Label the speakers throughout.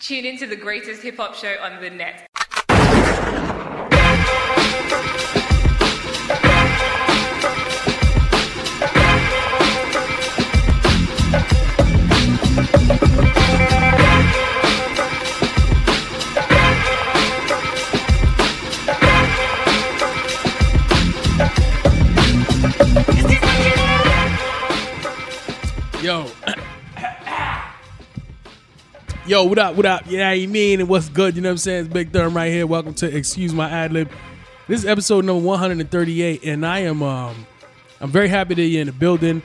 Speaker 1: Tune into the greatest hip hop show on the net.
Speaker 2: Yo. Yo, what up, what up? Yeah, you mean and what's good? You know what I'm saying? It's Big Thurm right here. Welcome to Excuse My Ad Lib. This is episode number 138, and I am um I'm very happy to be in the building.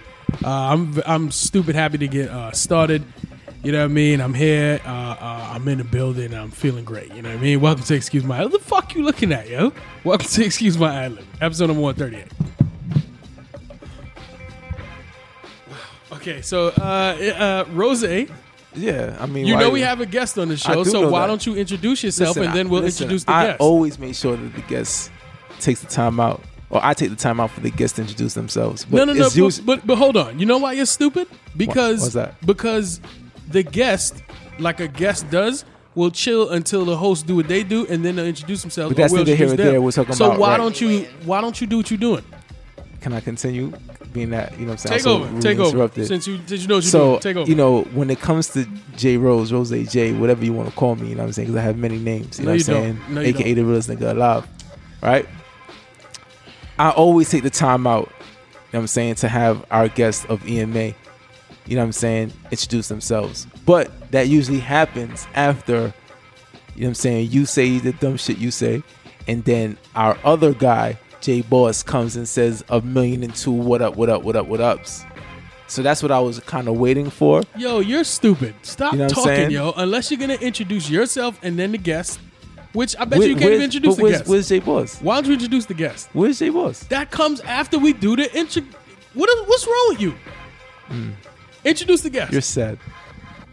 Speaker 2: Uh, I'm I'm stupid happy to get uh, started. You know what I mean? I'm here. Uh, uh, I'm in the building. I'm feeling great. You know what I mean? Welcome to Excuse My. What the fuck you looking at, yo? Welcome to Excuse My Ad Lib. Episode number 138. Okay, so uh, uh, Rose, you
Speaker 3: Yeah, I mean, why-
Speaker 2: know we have a guest on the show,
Speaker 3: do
Speaker 2: so
Speaker 3: know
Speaker 2: why
Speaker 3: that.
Speaker 2: don't you introduce yourself
Speaker 3: Listen,
Speaker 2: and then we'll
Speaker 3: I- listen,
Speaker 2: introduce the
Speaker 3: I
Speaker 2: guest.
Speaker 3: always make sure that the guest takes the time out, or I take the time out for the guest to introduce themselves. But
Speaker 2: no, no, no,
Speaker 3: it's
Speaker 2: but,
Speaker 3: usually-
Speaker 2: but but hold on. You know why you're stupid? Because
Speaker 3: what's that?
Speaker 2: because the guest, like a guest does. Will chill until the hosts do what they do, and then they'll introduce themselves.
Speaker 3: But that's
Speaker 2: or we'll
Speaker 3: neither here
Speaker 2: introduce
Speaker 3: nor
Speaker 2: them.
Speaker 3: there. We're talking
Speaker 2: so
Speaker 3: about,
Speaker 2: why
Speaker 3: right.
Speaker 2: don't you why don't you do what you're doing?
Speaker 3: can I continue being that? You know, what
Speaker 2: Take
Speaker 3: I'm saying I'm so
Speaker 2: over,
Speaker 3: rudely
Speaker 2: take over.
Speaker 3: interrupted.
Speaker 2: Since you since you know what you're
Speaker 3: so
Speaker 2: doing, take over.
Speaker 3: you know, when it comes to J Rose, Rose J, whatever you want to call me, you know, what I'm saying because I have many names. You
Speaker 2: No,
Speaker 3: know,
Speaker 2: you
Speaker 3: what I'm
Speaker 2: don't.
Speaker 3: saying,
Speaker 2: No, you
Speaker 3: aka the realest nigga alive, right? I always take the time out. You know, what I'm saying to have our guests of EMA. you know what I'm saying, introduce themselves. But that usually happens after, you know what I'm saying, you say the dumb shit you say, and then our other guy, Jay Boss, comes and says a million and two what up, what up, what up, what ups. So that's what I was kind of waiting for.
Speaker 2: Yo, you're stupid. Stop
Speaker 3: You know what I'm
Speaker 2: talking,
Speaker 3: saying?
Speaker 2: yo. Unless you're gonna introduce yourself and then the guest, which I bet
Speaker 3: Where-
Speaker 2: you can't
Speaker 3: where's-
Speaker 2: even introduce
Speaker 3: but
Speaker 2: the
Speaker 3: where's,
Speaker 2: guest.
Speaker 3: Where's Jay Boss?
Speaker 2: Why don't you introduce the guest?
Speaker 3: Where's Jay Boss?
Speaker 2: That comes after we do the intro. What is, what's wrong with you? Introduce the guest,
Speaker 3: You're sad.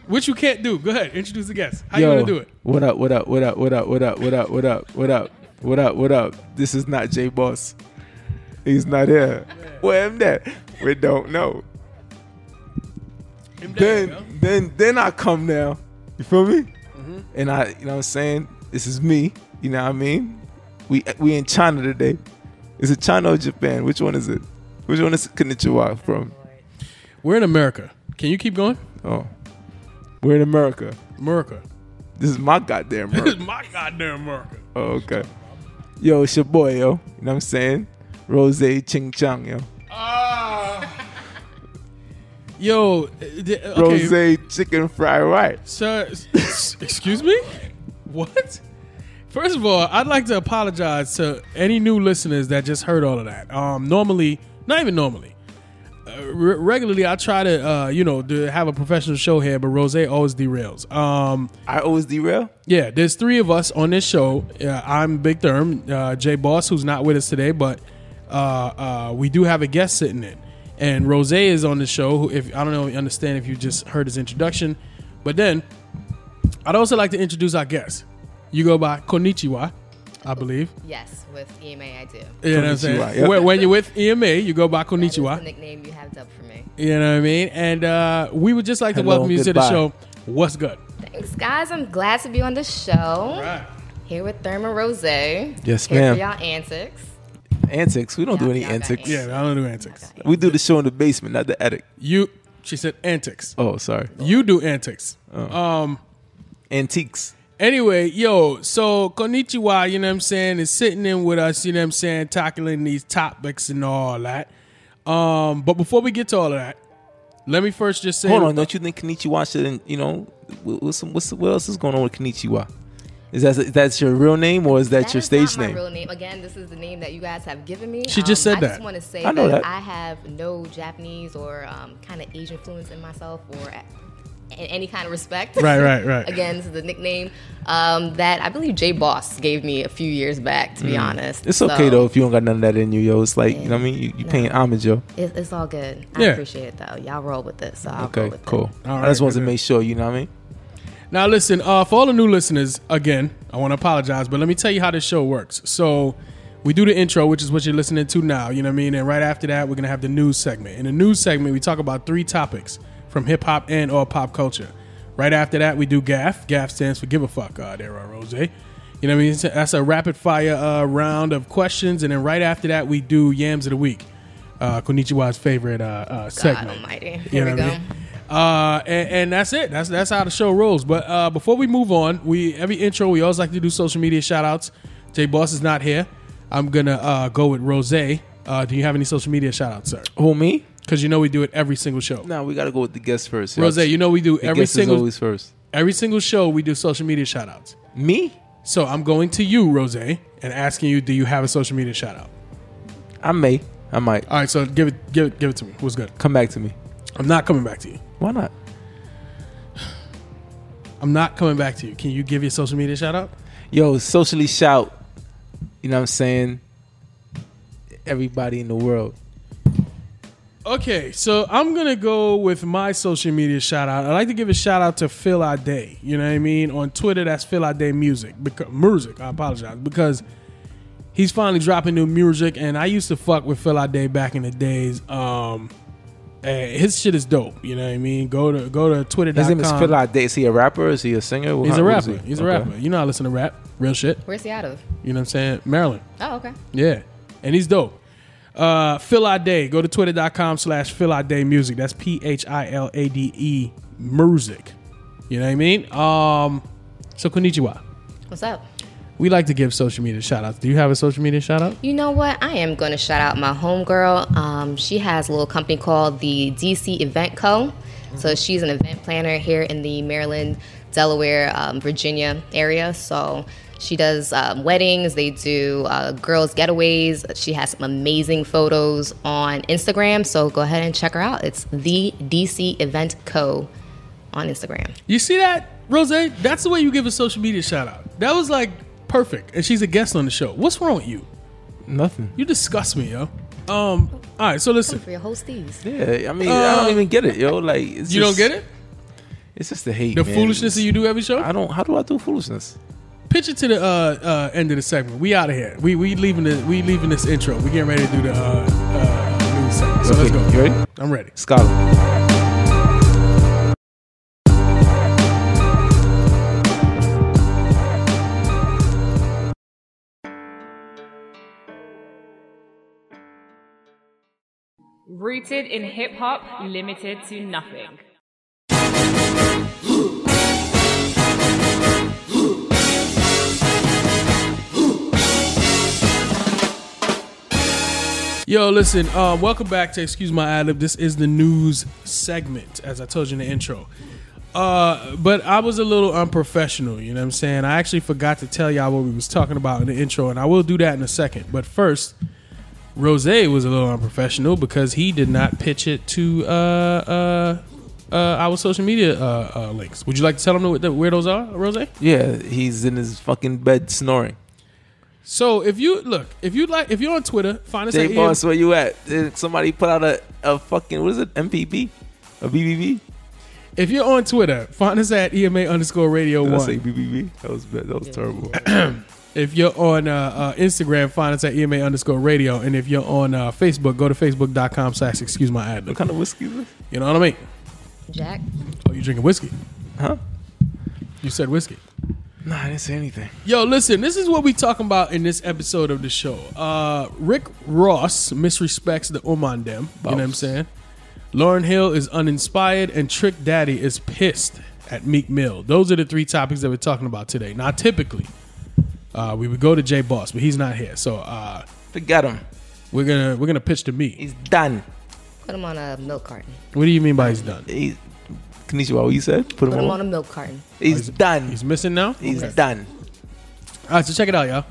Speaker 2: which you can't do. Go ahead, introduce the guest. How
Speaker 3: Yo,
Speaker 2: you gonna do it?
Speaker 3: What up, what up, what up, what up, what up, what up, what up, what up, what up, what up? This is not Jay Boss. He's not here. Where am that? We don't know.
Speaker 2: Him down, yo.
Speaker 3: then then then I come now. You feel me?
Speaker 2: Mm-hmm.
Speaker 3: And I, you know what I'm saying? This is me. You know what I mean? We we in China today. Is it China or Japan? Which one is it? Which one is Konnichiwa from?
Speaker 2: We're in America. Can you keep going?
Speaker 3: Oh. We're in America.
Speaker 2: America.
Speaker 3: This is my goddamn
Speaker 2: This
Speaker 3: America.
Speaker 2: is my goddamn America.
Speaker 3: oh, okay. Yo, it's your boy, yo. You know what I'm saying? Rose Ching Chang, yo.
Speaker 2: Yo, uh, the- okay.
Speaker 3: Rose Chicken Fried Rice.
Speaker 2: Sir, s- excuse me? What? First of all, I'd like to apologize to any new listeners that just heard all of that. Um, normally, not even normally, uh, re- regularly I try to, uh, you know, to have a professional show here, but Rose always derails. Um,
Speaker 3: I always derail.
Speaker 2: yeah, there's three of us on this show. Uh, I'm Big Therm, uh, Jay Boss, who's not with us today, but uh, uh, we do have a guest sitting in, and Rose is on the show. Who, if I don't know, if you understand if you just heard his introduction, but then I'd also like to introduce our guest. You go by Konichiwa, I believe.
Speaker 4: Yes, with EMA I do.
Speaker 2: You know what I'm saying?
Speaker 3: Konnichiwa, yep.
Speaker 2: When- When you're with EMA, you go by
Speaker 4: That is
Speaker 2: Konichiwa.
Speaker 4: the nickname you have up for me.
Speaker 2: You know what I mean? And uh, we would just like to
Speaker 3: Hello
Speaker 2: welcome you
Speaker 3: and
Speaker 2: to the
Speaker 3: goodbye.
Speaker 2: show. What's good?
Speaker 4: Thanks, guys. I'm glad to be on the show. Here with Therma Rose.
Speaker 3: Yes,
Speaker 4: Here
Speaker 3: ma'am.
Speaker 4: for y'all antics.
Speaker 3: Antics. We don't do
Speaker 4: Yeah,
Speaker 3: any
Speaker 4: yeah,
Speaker 3: antics.
Speaker 4: yeah.
Speaker 2: Yeah, I don't do antics.
Speaker 3: We do the show in the basement, not the attic.
Speaker 2: You, she said antics.
Speaker 3: Oh, sorry.
Speaker 2: You do antics. Um.
Speaker 3: Antiques.
Speaker 2: Anyway, yo, so Konichiwa, you know what I'm saying, is sitting in with us, you know what I'm saying, tackling these topics and all that. Um, but before we get to all of that, let me first just say
Speaker 3: Hold on, don't you think Kanichiwa shouldn't? You know, wh- what's some, what's what else is going on with Kanichiwa? Is that is that's your real name or is that,
Speaker 4: That
Speaker 3: your
Speaker 4: is
Speaker 3: stage
Speaker 4: not
Speaker 3: name?
Speaker 4: my real name. Again, this is the name that you guys have given me. Um,
Speaker 2: She just said
Speaker 4: I
Speaker 2: that.
Speaker 4: just want to say
Speaker 3: I know that.
Speaker 4: I have no Japanese or um, kind of Asian influence in myself or a- in any kind of respect.
Speaker 2: Right, right, right.
Speaker 4: Again, this is the nickname um, that I believe Jay Boss gave me a few years back, to be honest.
Speaker 3: Mm. It's okay
Speaker 4: So,
Speaker 3: though if you don't got none of that in you, yo. It's like you know what I mean. You, you
Speaker 4: No.
Speaker 3: paying homage, yo.
Speaker 4: It, it's all good. I
Speaker 2: Yeah.
Speaker 4: appreciate it though. Y'all roll with this. So I'll roll
Speaker 3: Okay,
Speaker 4: with it.
Speaker 3: cool.
Speaker 2: All
Speaker 3: I just
Speaker 2: right,
Speaker 3: wanted to
Speaker 2: good.
Speaker 3: make sure, you know what I mean.
Speaker 2: Now, listen, uh, for all the new listeners, again, I want to apologize, but let me tell you how this show works. So, we do the intro, which is what you're listening to now, you know what I mean? And right after that, we're going to have the news segment. In the news segment, we talk about three topics from hip hop and or pop culture. Right after that, we do GAF. GAF stands for Give a Fuck, God, Era Rose. You know what I mean? So That's a rapid fire uh, round of questions. And then right after that, we do Yams of the Week, uh, Konichiwa's favorite uh, uh, segment.
Speaker 4: almighty.
Speaker 2: You
Speaker 4: Here
Speaker 2: know what
Speaker 4: we
Speaker 2: I
Speaker 4: go.
Speaker 2: mean? Uh, and, and that's it. That's that's how the show rolls. But uh, before we move on, we every intro we always like to do social media shout outs. Jay Boss is not here. I'm gonna uh, go with Rose. Uh, do you have any social media shout outs, sir?
Speaker 3: Who me?
Speaker 2: Because you know we do it every single show.
Speaker 3: No, we gotta go with the guest first.
Speaker 2: Rose, you know we do
Speaker 3: the
Speaker 2: every
Speaker 3: guest
Speaker 2: single
Speaker 3: is always first.
Speaker 2: every single show we do social media shout outs.
Speaker 3: Me?
Speaker 2: So I'm going to you, Rose, and asking you, do you have a social media shout out?
Speaker 3: I may. I might
Speaker 2: All right, so give it give it give it to me. What's good?
Speaker 3: come back to me.
Speaker 2: I'm not coming back to you.
Speaker 3: Why not?
Speaker 2: I'm not coming back to you. Can you give your social media shout out?
Speaker 3: Yo, socially shout. You know what I'm saying? Everybody in the world.
Speaker 2: Okay, so I'm gonna go with my social media shout out. I'd like to give a shout out to Phil Day. You know what I mean? On Twitter, that's Phil Day Music. Because, music, I apologize. Because he's finally dropping new music, and I used to fuck with Phil Day back in the days. Um, eh, his shit is dope. You know what I mean? Go to go to twitter.com.
Speaker 3: His name is Phil Ade. Is he a rapper? Is he a singer?
Speaker 2: He's
Speaker 3: Who
Speaker 2: a
Speaker 3: is
Speaker 2: rapper.
Speaker 3: he?
Speaker 2: He's a
Speaker 3: Okay.
Speaker 2: rapper. You know I listen to rap, real shit.
Speaker 4: Where's he out of?
Speaker 2: You know what I'm saying? Maryland.
Speaker 4: Oh, okay.
Speaker 2: Yeah. And he's dope. Uh, Phil Ade. Go to twitter.com slash Phil Ade Music. That's P H I L A D E Music. You know what I mean? Um, so, konnichiwa.
Speaker 4: What's up?
Speaker 2: We like to give social media shout outs. Do you have a social media shout out?
Speaker 4: You know what? I am going to shout out my homegirl. Um, she has a little company called the DC Event Co. So she's an event planner here in the Maryland, Delaware, um, Virginia area. So she does um, weddings, they do uh, girls' getaways. She has some amazing photos on Instagram. So go ahead and check her out. It's the DC Event Co. on Instagram.
Speaker 2: You see that, Rose? That's the way you give a social media shout out. That was like perfect. And she's a guest on the show. What's wrong with you?
Speaker 3: Nothing.
Speaker 2: You disgust me, yo. Um, all right, so listen.
Speaker 4: For your hosties.
Speaker 3: Yeah, I mean, I
Speaker 2: Uh,
Speaker 3: don't even get it, yo. Like, it's
Speaker 2: You don't
Speaker 3: just-
Speaker 2: get it?
Speaker 3: It's just the hate.
Speaker 2: The
Speaker 3: man.
Speaker 2: foolishness that you do every show?
Speaker 3: I don't. How do I do foolishness?
Speaker 2: Pitch it to the uh, uh, end of the segment. We out of here. We we leaving the we leaving this intro. We getting ready to do the uh, uh, news segment. So let's
Speaker 3: Okay,
Speaker 2: go.
Speaker 3: You ready?
Speaker 2: I'm ready.
Speaker 3: Scholar.
Speaker 1: Rooted in hip hop, limited to nothing.
Speaker 2: Yo, listen. Um, welcome back to excuse my ad lib. This is the news segment, as I told you in the intro. Uh, but I was a little unprofessional. You know what I'm saying? I actually forgot to tell y'all what we was talking about in the intro, and I will do that in a second. But first, Rose was a little unprofessional because he did not pitch it to uh, uh, uh, our social media uh, uh, links. Would you like to tell them what the, where those are, Rose?
Speaker 3: Yeah, he's in his fucking bed snoring.
Speaker 2: So if you look, if you like, if you're on Twitter, find us
Speaker 3: Jay
Speaker 2: at E
Speaker 3: Boss, where you at? Did Somebody put out a, a fucking what is it? MPB, a BBB.
Speaker 2: If you're on Twitter, find us at EMA underscore radio
Speaker 3: Did I say
Speaker 2: one.
Speaker 3: BBB? That was bad. That was terrible.
Speaker 2: If you're on uh, uh, Instagram, find us at EMA underscore radio. And if you're on uh, Facebook, go to facebook.com slash excuse my ad.
Speaker 3: what
Speaker 2: lib.
Speaker 3: kind of whiskey is this?
Speaker 2: You know what I mean?
Speaker 4: Jack?
Speaker 2: Oh, you drinking whiskey.
Speaker 3: Huh?
Speaker 2: You said whiskey.
Speaker 3: Nah, I didn't say anything.
Speaker 2: Yo, listen, this is what we talking about in this episode of the show. Uh, Rick Ross misrespects the Oman Dem. You know what I'm
Speaker 3: Boss.
Speaker 2: saying? Lauren Hill is uninspired, and Trick Daddy is pissed at Meek Mill. Those are the three topics that we're talking about today. Now, typically, uh, we would go to Jay Boss, but he's not here, so uh,
Speaker 3: Forget him.
Speaker 2: we're gonna we're gonna pitch to me.
Speaker 3: He's done.
Speaker 4: Put him on a milk carton.
Speaker 2: What do you mean by he's done?
Speaker 3: He's Konnichiwa, what you said? Put him
Speaker 4: Put
Speaker 3: on.
Speaker 4: him on a milk carton.
Speaker 3: he's done.
Speaker 2: He's
Speaker 3: He's,
Speaker 2: missing now.
Speaker 3: done.
Speaker 2: All right, so check it out, y'all.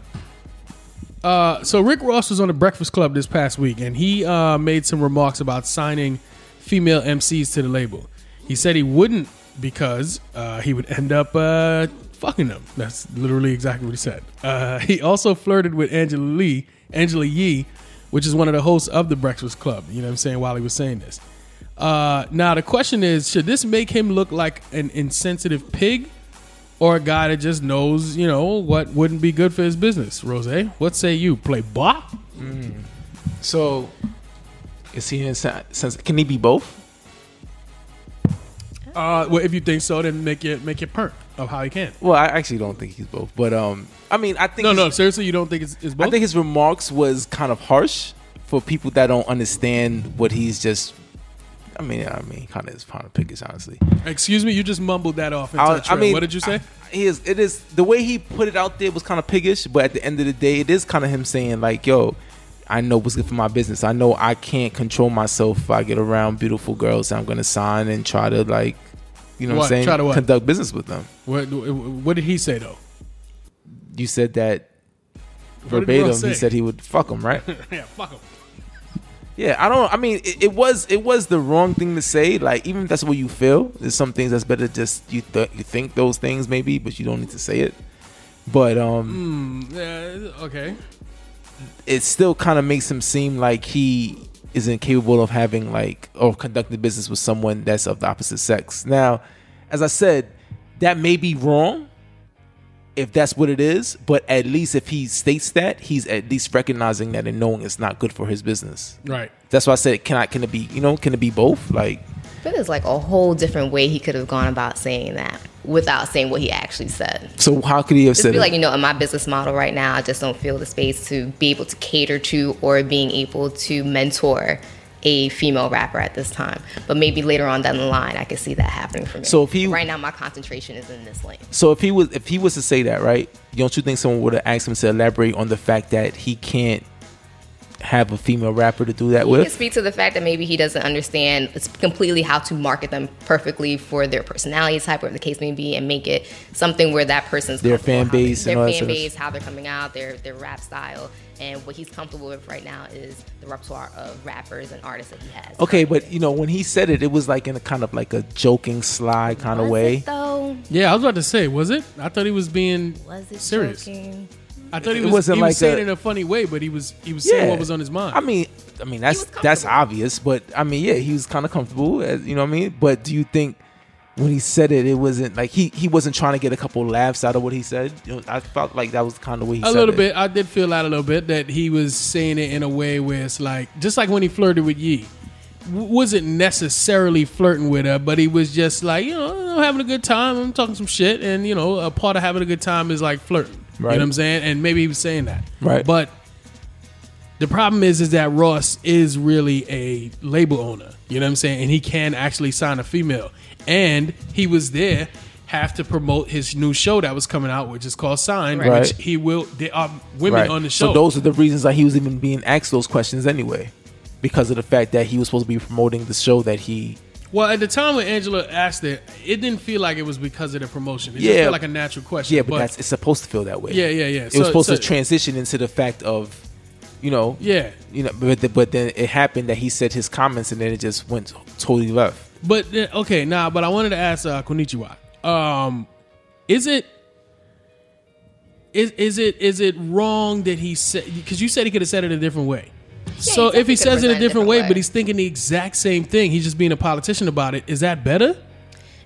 Speaker 2: Uh, so Rick Ross was on the Breakfast Club this past week, and he uh, made some remarks about signing female MCs to the label. He said he wouldn't because uh, he would end up uh, fucking them. That's literally exactly what he said. Uh, he also flirted with Angela Lee, Angela Yee, which is one of the hosts of the Breakfast Club. You know what I'm saying? While he was saying this, uh, now the question is, should this make him look like an insensitive pig? or a guy that just knows, you know, what wouldn't be good for his business. Rose, what say you? Play ball?
Speaker 3: So, is he in sense? Can he be both?
Speaker 4: I
Speaker 2: Uh, well, if you think so, then make it make it perk of how he can.
Speaker 3: Well, I actually don't think he's both, but um, I mean, I think
Speaker 2: No,
Speaker 3: his-
Speaker 2: no, seriously, you don't think it's, it's both?
Speaker 3: I think his remarks was kind of harsh for people that don't understand what he's just. I mean, I mean, kind of is trying to pick his honestly.
Speaker 2: Excuse me, you just mumbled that off. Into
Speaker 3: I,
Speaker 2: I,
Speaker 3: I mean,
Speaker 2: what did you say?
Speaker 3: I- he is. It is the way he put it out there was kind of piggish, but at the end of the day, it is kind of him saying like, "Yo, I know what's good for my business. I know I can't control myself if I get around beautiful girls. I'm gonna sign and try to like, you know,
Speaker 2: What?
Speaker 3: what I'm saying,
Speaker 2: Try to what?
Speaker 3: conduct business with them."
Speaker 2: what, what did he say though?
Speaker 3: You said that
Speaker 2: did Will
Speaker 3: verbatim.
Speaker 2: say?
Speaker 3: He said he would fuck them, right?
Speaker 2: Yeah, fuck him.
Speaker 3: Yeah, I don't. I mean, it, it was it was the wrong thing to say. Like, even if that's what you feel, there's some things that's better just you th- you think those things maybe, but you don't need to say it. But um,
Speaker 2: Mm, Yeah, okay.
Speaker 3: it still kind of makes him seem like he is incapable of having like or conducting business with someone that's of the opposite sex. Now, as I said, that may be wrong if that's what it is, but at least if he states that, he's at least recognizing that and knowing it's not good for his business.
Speaker 2: Right.
Speaker 3: That's why I said, can I can it be you know can it be both like.
Speaker 4: But there's like a whole different way he could have gone about saying that without saying what he actually said.
Speaker 3: So how could he have
Speaker 4: Just
Speaker 3: said
Speaker 4: be
Speaker 3: it?
Speaker 4: like, you know, in my business model right now, I just don't feel the space to be able to cater to or being able to mentor a female rapper at this time. But maybe later on down the line, I could see that happening for me.
Speaker 3: So if he-
Speaker 4: right now, my concentration is in this lane.
Speaker 3: so if he was if he was to say that, right? Don't you think someone would have asked him to elaborate on the fact that he can't have a female rapper to do that
Speaker 4: You can
Speaker 3: with?
Speaker 4: speak to the fact that maybe he doesn't understand it's completely how to market them perfectly for their personality type, whatever the case may be, and make it something where that person's
Speaker 3: Their
Speaker 4: comfortable,
Speaker 3: fan
Speaker 4: how they-
Speaker 3: base and
Speaker 4: their
Speaker 3: all that
Speaker 4: fan
Speaker 3: sort of-
Speaker 4: base, how they're coming out, their their rap style, and what he's comfortable with right now is the repertoire of rappers and artists that he has.
Speaker 3: Okay, but you know when he said it, it was like in a kind of like a joking, sly kind of
Speaker 4: Was
Speaker 3: way.
Speaker 4: it though?
Speaker 2: Yeah, I was about to say, was it? I thought he was being
Speaker 4: Was it
Speaker 2: serious.
Speaker 4: joking?
Speaker 2: I thought he
Speaker 3: It
Speaker 2: was,
Speaker 3: wasn't
Speaker 2: he
Speaker 3: like
Speaker 2: was saying
Speaker 3: a-
Speaker 2: it in a funny way, but he was he was saying what was on his mind.
Speaker 3: I mean, I mean that's
Speaker 4: was
Speaker 3: that's
Speaker 4: comfortable.
Speaker 3: obvious, but I mean, yeah, he was kind of comfortable, as, you know what I mean. But do you think when he said it, it wasn't like he he wasn't trying to get a couple laughs out of what he said? You know, I felt like that was kind of way he
Speaker 2: a
Speaker 3: said
Speaker 2: little
Speaker 3: it.
Speaker 2: bit. I did feel out a little bit that he was saying it in a way where it's like, just like when he flirted with Yee, W- wasn't necessarily flirting with her, but he was just like, you know, I'm having a good time. I'm talking some shit, and you know, a part of having a good time is like flirting. You
Speaker 3: Right.
Speaker 2: know what I'm saying? And maybe he was saying that.
Speaker 3: Right.
Speaker 2: But the problem is, is that Ross is really a label owner. You know what I'm saying? And he can actually sign a female. And he was there have to promote his new show that was coming out, which is called Sign,
Speaker 4: Right.
Speaker 2: which he will. There are women on the show.
Speaker 3: So those are the reasons that he was even being asked those questions anyway, because of the fact that he was supposed to be promoting the show that he.
Speaker 2: well, at the time when Angela asked it, it didn't feel like it was because of the promotion. It just
Speaker 3: Yeah.
Speaker 2: felt like a natural question.
Speaker 3: Yeah, but, that's it's supposed to feel that way.
Speaker 2: Yeah, yeah, yeah.
Speaker 3: It
Speaker 2: So-
Speaker 3: was supposed
Speaker 2: so-
Speaker 3: to transition into the fact of, you know,
Speaker 2: yeah.
Speaker 3: you know, but the, but then it happened that he said his comments and then it just went totally left.
Speaker 2: But uh, okay, nah. But I wanted to ask uh, Konichiwa. Um, is it is is it is it wrong that he said? Because you said he could have said it a different way. so
Speaker 4: he
Speaker 2: if he
Speaker 4: definitely
Speaker 2: says
Speaker 4: could
Speaker 2: it a
Speaker 4: have
Speaker 2: different
Speaker 4: presented
Speaker 2: way,
Speaker 4: it that
Speaker 2: but
Speaker 4: way.
Speaker 2: he's thinking the exact same thing, he's just being a politician about it. Is that better?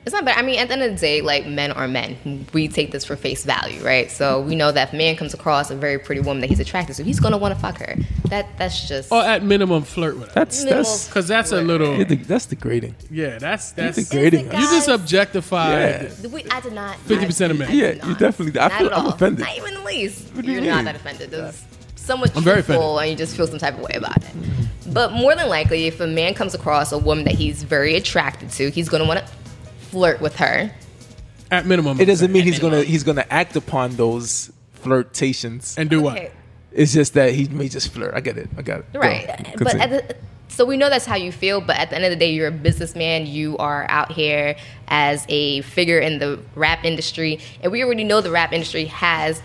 Speaker 4: It's not bad. I mean, at the end of the day, like men are men. We take this for face value, right? So we know that if a man comes across a very pretty woman that he's attracted to, he's gonna want to fuck her. That that's just
Speaker 2: Or at minimum, flirt with her?
Speaker 3: That's
Speaker 4: minimal
Speaker 3: that's
Speaker 2: Because that's a little
Speaker 3: that's degrading.
Speaker 2: yeah. That's that's
Speaker 3: That's
Speaker 2: you
Speaker 3: degrading.
Speaker 4: It's a
Speaker 3: us.
Speaker 4: guy-
Speaker 2: just objectified.
Speaker 3: Yeah.
Speaker 4: We, I did not.
Speaker 2: 50%
Speaker 4: I-
Speaker 2: of men.
Speaker 4: I did
Speaker 3: Yeah,
Speaker 4: not.
Speaker 3: you definitely- I
Speaker 4: Not
Speaker 3: feel-
Speaker 4: at
Speaker 3: I'm
Speaker 4: all.
Speaker 3: offended.
Speaker 4: Not even the least.
Speaker 3: do you
Speaker 4: You're
Speaker 3: mean?
Speaker 4: not that offended. There's somewhat
Speaker 2: I'm very
Speaker 4: truthful, and you just feel some type of way about it. But more than likely, if a man comes across a woman that he's very attracted to, he's going to want to flirt with her.
Speaker 2: At minimum,
Speaker 3: It doesn't mean
Speaker 4: At
Speaker 3: he's gonna
Speaker 4: minimum.
Speaker 3: he's gonna act upon those flirtations.
Speaker 2: and do
Speaker 4: Okay.
Speaker 3: It's just that he may just flirt. I get it. I got it. Go.
Speaker 4: Right. but
Speaker 3: Continue.
Speaker 4: at the, so we know that's how you feel, but at the end of the day, you're a businessman. You are out here as a figure in the rap industry, and we already know the rap industry has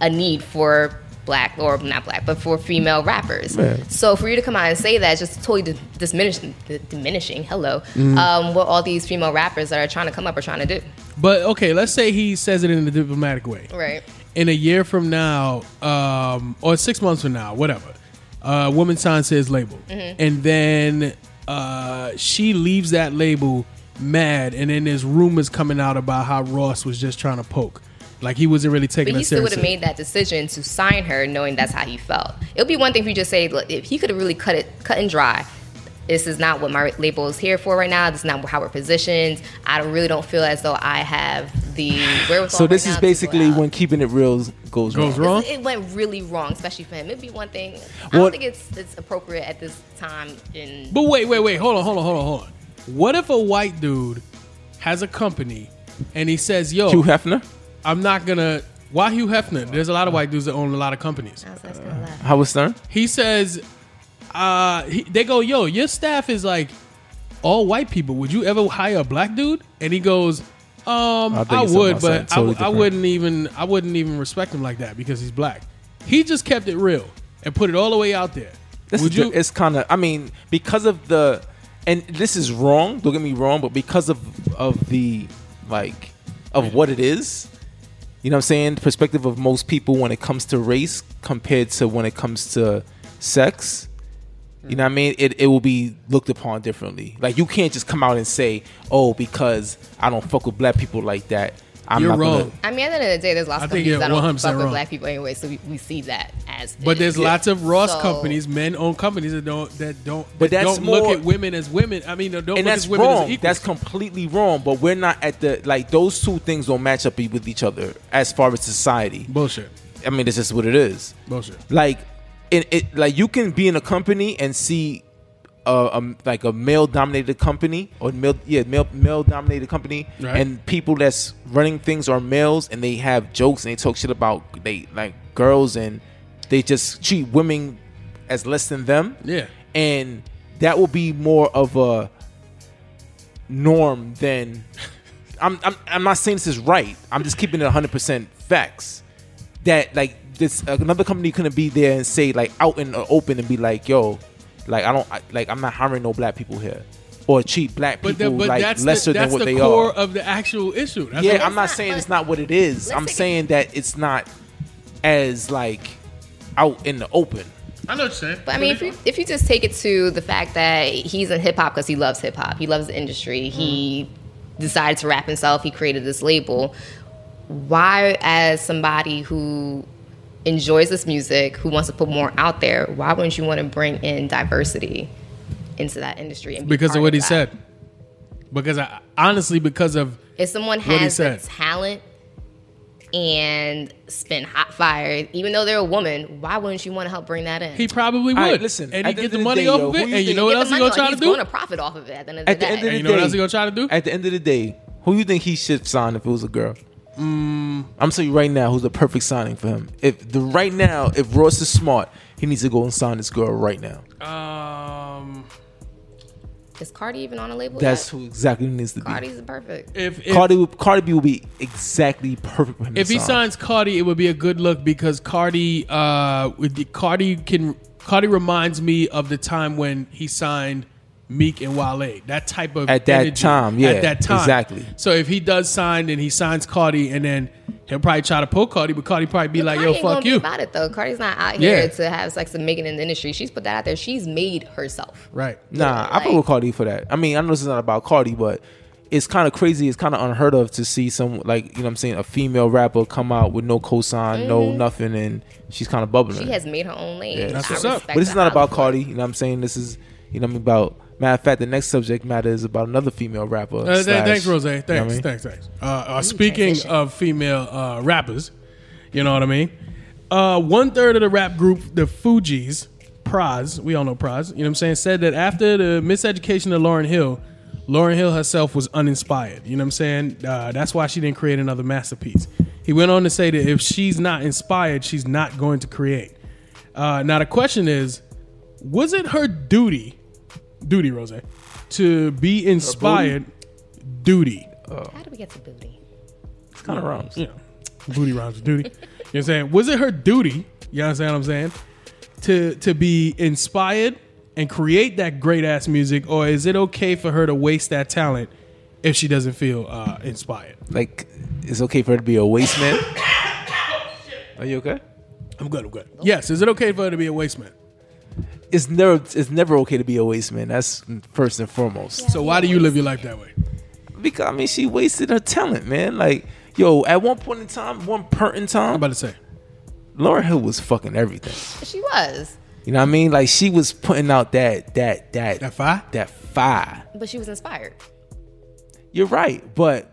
Speaker 4: a need for black or not black, but for female rappers.
Speaker 3: Yeah.
Speaker 4: So for you to come out and say that, it's just totally di- diminishing. di- diminishing. Hello,
Speaker 3: Mm-hmm.
Speaker 4: um, what all these female rappers that are trying to come up are trying to do.
Speaker 2: what? But okay, let's say he says it in a diplomatic way.
Speaker 4: Right.
Speaker 2: in a year from now, um, or six months from now, whatever, uh, woman signs to his label,
Speaker 4: Mm-hmm.
Speaker 2: and then uh, she leaves that label mad, and then there's rumors coming out about how Ross was just trying to poke, like he wasn't really taking
Speaker 4: But
Speaker 2: it
Speaker 4: he still would have
Speaker 2: seriously.
Speaker 4: made that decision to sign her, knowing that's how he felt. It would be one thing if you just say, look, if he could have really cut it, cut and dry. This is not what my label is here for right now. This is not how we're positioned. I really don't feel as though I have the wherewithal.
Speaker 3: So this
Speaker 4: right
Speaker 3: is
Speaker 4: now to go
Speaker 3: basically
Speaker 4: out.
Speaker 3: when keeping it real goes,
Speaker 2: Goes
Speaker 3: wrong.
Speaker 2: wrong.
Speaker 4: This- It went really wrong, especially for him. It'd be one thing. I
Speaker 3: What-
Speaker 4: don't think it's it's appropriate at this time in
Speaker 2: But wait, wait, wait. Hold on, hold on, hold on, hold on. What if a white dude has a company and he says, "Yo,
Speaker 3: Hugh Hefner.
Speaker 2: I'm not gonna." Why Hugh Hefner? There's a lot of white dudes that own a lot of companies.
Speaker 4: I was like, gonna laugh.
Speaker 3: Howard Stern.
Speaker 2: He says, "Uh, he, they go, yo, your staff is like all white people. Would you ever hire a black dude?" And he goes, "Um,
Speaker 3: I
Speaker 2: I,
Speaker 3: think it's something
Speaker 2: would,
Speaker 3: outside,
Speaker 2: but I
Speaker 3: totally
Speaker 2: w- I,
Speaker 3: different.
Speaker 2: wouldn't even, I wouldn't even respect him like that because he's black. He just kept it real and put it all the way out there.
Speaker 3: This
Speaker 2: would
Speaker 3: is
Speaker 2: you?
Speaker 3: The, it's kind of. I mean, because of the, and this is wrong. Don't get me wrong, but because of of the, like, of what it is, you know, what I'm saying perspective of most people when it comes to race compared to when it comes to sex. You know what I mean? It, it will be looked upon differently. Like you can't just come out and say, "Oh, because I don't fuck with black people like that." I'm
Speaker 2: You're
Speaker 3: not gonna-
Speaker 2: wrong.
Speaker 4: I mean, at the end of the day, there's lots
Speaker 2: I
Speaker 4: of
Speaker 2: think
Speaker 4: companies
Speaker 2: you're
Speaker 4: that don't
Speaker 2: 100%
Speaker 4: fuck with
Speaker 2: wrong.
Speaker 4: black people anyway, so we, we see that as.
Speaker 2: But there's lots of Ross
Speaker 4: So-
Speaker 2: companies, men owned companies that don't that don't
Speaker 3: But
Speaker 2: that
Speaker 3: that's
Speaker 2: don't
Speaker 3: more-
Speaker 2: look at women as women. I mean, that don't
Speaker 3: and
Speaker 2: look
Speaker 3: that's
Speaker 2: at women as
Speaker 3: wrong.
Speaker 2: equals.
Speaker 3: That's completely wrong. But we're not at the like those two things don't match up e-, with each other as far as society.
Speaker 2: bullshit.
Speaker 3: I mean, it's just what it is.
Speaker 2: Bullshit.
Speaker 3: Like, it, it like you can be in a company and see. A, a, like a male dominated company or male yeah male male dominated company
Speaker 2: Right.
Speaker 3: and people that's running things are males and they have jokes and they talk shit about they like girls and they just treat women as less than them
Speaker 2: Yeah.
Speaker 3: and that will be more of a norm than I'm, I'm I'm not saying this is right. I'm just keeping it 100% facts. That like this another company couldn't be there and say like out in the open and be like, "Yo, like I don't I, like I'm not hiring no black people here." Or treat black
Speaker 2: But,
Speaker 3: people
Speaker 2: the, but
Speaker 3: like
Speaker 2: that's
Speaker 3: lesser
Speaker 2: the, that's
Speaker 3: than what
Speaker 2: the
Speaker 3: they
Speaker 2: core
Speaker 3: are.
Speaker 2: of the actual issue. That's
Speaker 3: yeah,
Speaker 2: what-
Speaker 3: I'm not,
Speaker 4: not-
Speaker 3: saying
Speaker 4: but-
Speaker 3: it's not what it is.
Speaker 4: Let's
Speaker 3: I'm
Speaker 4: take it-
Speaker 3: saying that it's not as like out in the open.
Speaker 2: I know what you're saying.
Speaker 4: But I mean, if you if you just take it to the fact that he's in hip hop because he loves hip hop, he loves the industry, he
Speaker 2: Mm-hmm.
Speaker 4: decided to rap himself, he created this label. Why, as somebody who enjoys this music, who wants to put more out there, why wouldn't you want to bring in diversity into that industry? And be
Speaker 2: because of
Speaker 4: part
Speaker 2: what he
Speaker 4: that?
Speaker 2: said. Because I honestly, because of
Speaker 4: If someone
Speaker 2: he
Speaker 4: has the
Speaker 2: said.
Speaker 4: talent and spin hot fire, even though they're a woman, why wouldn't you want to help bring that in?
Speaker 2: he probably would.
Speaker 3: All right, listen,
Speaker 2: and
Speaker 3: at
Speaker 2: he
Speaker 3: the
Speaker 2: get
Speaker 3: end
Speaker 2: the
Speaker 3: of the
Speaker 2: money
Speaker 3: day,
Speaker 2: off
Speaker 3: yo,
Speaker 2: of
Speaker 3: who
Speaker 2: it,
Speaker 3: you
Speaker 2: and you
Speaker 3: think-
Speaker 2: know what
Speaker 4: Get the
Speaker 2: else he
Speaker 4: money
Speaker 2: gonna
Speaker 4: on-
Speaker 2: try to
Speaker 4: he's
Speaker 2: do?
Speaker 4: going to profit off of it at the end of the
Speaker 3: At the
Speaker 4: day.
Speaker 3: end of the
Speaker 2: And you know what
Speaker 3: day-
Speaker 2: else he gonna try to do?
Speaker 3: At the end of the day, who you think he should sign if it was a girl?
Speaker 4: Mm.
Speaker 3: I'm telling you right now, who's the perfect signing for him? If the right now, if Ross is smart, he needs to go and sign this girl right now.
Speaker 2: Um,
Speaker 4: Is Cardi even on a label?
Speaker 3: That's
Speaker 4: yet?
Speaker 3: who exactly needs to be.
Speaker 4: Cardi's perfect.
Speaker 2: if if,
Speaker 3: Cardi, would- Cardi B will be exactly perfect for him. to
Speaker 2: if he
Speaker 3: sign.
Speaker 2: signs Cardi, it would be a good look because Cardi, uh, with the, Cardi can Cardi reminds me of the time when he signed Meek and Wale. That type of
Speaker 3: At that
Speaker 2: energy.
Speaker 3: time, yeah,
Speaker 2: at that time,
Speaker 3: exactly.
Speaker 2: So if he does sign, then he signs Cardi, and then he'll probably try to pull Cardi, but Cardi probably be
Speaker 4: But
Speaker 2: like,
Speaker 4: Cardi
Speaker 2: "Yo,
Speaker 4: ain't
Speaker 2: fuck
Speaker 4: gonna be
Speaker 2: you."
Speaker 4: about it though. Cardi's not out here
Speaker 2: Yeah.
Speaker 4: to have sex and make it in the industry. She's put that out there. She's made herself.
Speaker 2: Right.
Speaker 3: Nah, I fuck
Speaker 4: Like-
Speaker 3: with Cardi for that. I mean, I know this is not about Cardi, but it's kind of crazy. It's kind of unheard of to see some like you know what I'm saying a female rapper come out with no cosign, no nothing, and she's kind of bubbling.
Speaker 4: Mm-hmm. She has made her own lane.
Speaker 3: Yeah.
Speaker 2: That's
Speaker 4: I
Speaker 2: what's up.
Speaker 4: respect
Speaker 3: But this is
Speaker 4: the
Speaker 3: not about
Speaker 4: outlook.
Speaker 3: Cardi. You know what I'm saying? This is, you know what I mean, about. Matter of fact, the next subject matter is about another female rapper.
Speaker 2: Uh, th-
Speaker 3: slash-
Speaker 2: thanks, Rose.
Speaker 3: you know
Speaker 2: Thanks,
Speaker 3: what I mean?
Speaker 2: thanks, thanks. Uh, uh, speaking
Speaker 4: transition.
Speaker 2: of female uh, rappers, you know what I mean. Uh, one third of the rap group, the Fugees, Praz, we all know Praz. You know what I'm saying, said that after the miseducation of Lauren Hill, Lauren Hill herself was uninspired. You know what I'm saying? Uh, that's why she didn't create another masterpiece. He went on to say that if she's not inspired, she's not going to create. Uh, now the question is, was it her duty, duty, Rose, to be inspired? Duty.
Speaker 4: How do we get to booty?
Speaker 3: It's kind of wrong.
Speaker 2: you know, booty rhymes with duty. You know what I'm saying? Was it her duty, you understand what I'm saying, to to be inspired and create that great ass music, or is it okay for her to waste that talent if she doesn't feel uh, inspired?
Speaker 3: Like, it's okay for her to be a waste man. Are you okay?
Speaker 2: I'm good, I'm good. Yes, is it okay for her to be a waste man?
Speaker 3: It's never, it's never okay to be a waste man. That's first and foremost.
Speaker 2: So why do you live your life that way?
Speaker 3: Because I mean, she wasted her talent, man. Like, yo, at one point in time, one point in
Speaker 2: I'm about
Speaker 3: time,
Speaker 2: to say.
Speaker 3: Laura Hill was fucking everything.
Speaker 4: She was.
Speaker 3: You know what I mean? Like she was putting out that that that
Speaker 2: That fire?
Speaker 3: That fire.
Speaker 4: But she was inspired.
Speaker 3: You're right, but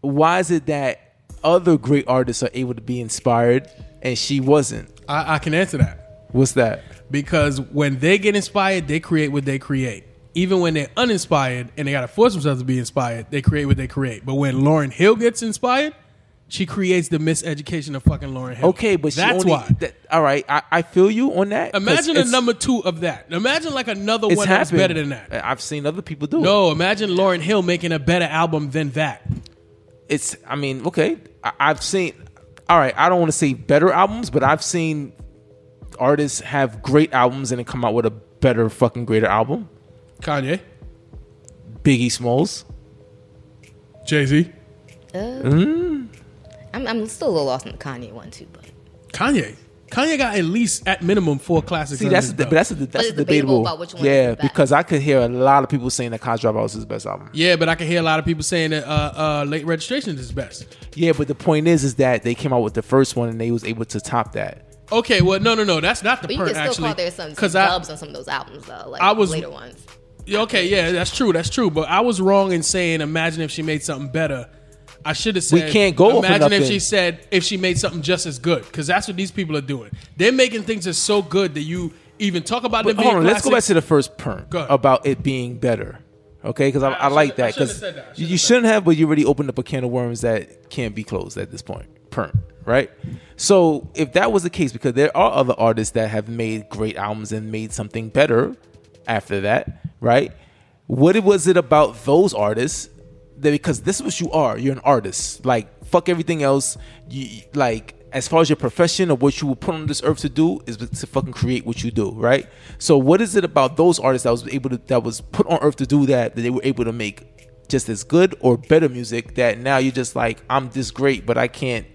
Speaker 3: why is it that other great artists are able to be inspired and she wasn't?
Speaker 2: I, I can answer that
Speaker 3: What's that?
Speaker 2: because when they get inspired, they create what they create. Even when they're uninspired and they gotta force themselves to be inspired, they create what they create. But when Lauren Hill gets inspired, she creates the miseducation of fucking Lauren Hill.
Speaker 3: Okay, but she
Speaker 2: that's
Speaker 3: only,
Speaker 2: why.
Speaker 3: that- all right, I, I feel you on that. 'cause
Speaker 2: Imagine a
Speaker 3: it's-
Speaker 2: number two of that. Imagine like another
Speaker 3: It's
Speaker 2: one that's
Speaker 3: happened. Uh,
Speaker 2: better than that.
Speaker 3: I've seen other people do it.
Speaker 2: No, imagine Lauren Hill making a better album than that.
Speaker 3: It's. I mean, okay, I, I've seen. All right, I don't want to say better albums, but I've seen artists have great albums and then come out with a better fucking greater album.
Speaker 2: Kanye,
Speaker 3: Biggie Smalls.
Speaker 2: Jay Z,
Speaker 3: Mm-hmm.
Speaker 4: I'm, I'm still a little lost on the Kanye one too, but
Speaker 2: Kanye. Kanye got at least at minimum four classics.
Speaker 3: See,
Speaker 2: under
Speaker 3: that's a,
Speaker 2: his
Speaker 3: but
Speaker 2: belt.
Speaker 3: that's a, that's a
Speaker 4: it's
Speaker 3: debatable.
Speaker 4: debatable about which one is
Speaker 3: yeah,
Speaker 4: the best.
Speaker 3: because I could hear a lot of people saying that College Dropout was his best album.
Speaker 2: yeah, but I can hear a lot of people saying that uh, uh, late registration is his best.
Speaker 3: Yeah, but the point is, is that they came out with the first one and they was able to top that.
Speaker 2: Okay, well, no, no, no, that's not the
Speaker 4: but you
Speaker 2: perk
Speaker 4: can
Speaker 2: actually.
Speaker 4: still call there some, some
Speaker 2: 'cause I-
Speaker 4: dubs on some of those albums though, like
Speaker 2: I was-
Speaker 4: later ones.
Speaker 2: Yeah, okay, yeah, that's true, that's true. But I was wrong in saying, imagine if she made something better. I should have
Speaker 3: We
Speaker 2: said,
Speaker 3: can't go off of
Speaker 2: Imagine if
Speaker 3: nothing.
Speaker 2: she said, if she made something just as good, because that's what these people are doing. They're making things that's so good that you even talk about
Speaker 3: But
Speaker 2: them.
Speaker 3: hold
Speaker 2: being
Speaker 3: on, let's go back
Speaker 2: classics.
Speaker 3: to the first perm
Speaker 2: Go ahead.
Speaker 3: about it being better. Okay, because I, I,
Speaker 2: I
Speaker 3: like
Speaker 2: shouldn't- I
Speaker 3: that
Speaker 2: shouldn't have
Speaker 3: because
Speaker 2: said that. I
Speaker 3: you,
Speaker 2: shouldn't
Speaker 3: you
Speaker 2: have said
Speaker 3: shouldn't have, but you already opened up a can of worms that can't be closed at this point. Perm, right? So if that was the case, because there are other artists that have made great albums and made something better after that, right? What it- was it about those artists? That because this is what you are. You're an artist. Like fuck everything else. You like as far as your profession or what you were put on this earth to do is to fucking create what you do, right? So what is it about those artists that was able to that was put on earth to do that that they were able to make just as good or better music that now you're just like I'm this great, but I can't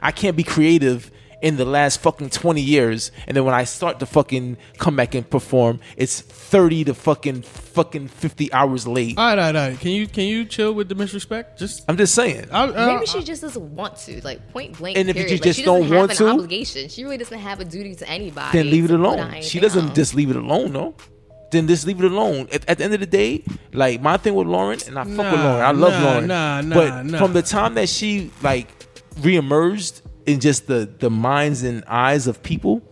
Speaker 3: I can't be creative in the last fucking 20 years and then when I start to fucking come back and perform, it's 30 to fucking fucking 50 hours late.
Speaker 2: All right, all right, all right. Can you can you chill with the disrespect? Just
Speaker 3: I'm just saying.
Speaker 2: I, uh, I,
Speaker 4: Maybe she just doesn't want to, like point blank.
Speaker 3: Uh, And if you
Speaker 4: period.
Speaker 3: just
Speaker 4: like, she
Speaker 3: don't
Speaker 4: doesn't have
Speaker 3: want
Speaker 4: an
Speaker 3: to-
Speaker 4: obligation. She really doesn't have a duty to anybody.
Speaker 3: then leave it
Speaker 4: to put her
Speaker 3: alone.
Speaker 4: iron
Speaker 3: She
Speaker 4: down.
Speaker 3: doesn't just leave it alone, no. Then just leave it alone. At, at the end of the day, like my thing with Lauren, and I fuck with
Speaker 2: Nah,
Speaker 3: Lauren. I love
Speaker 2: nah,
Speaker 3: Lauren.
Speaker 2: nah, nah,
Speaker 3: but
Speaker 2: nah.
Speaker 3: from the time that she like reemerged in just the the minds and eyes of people,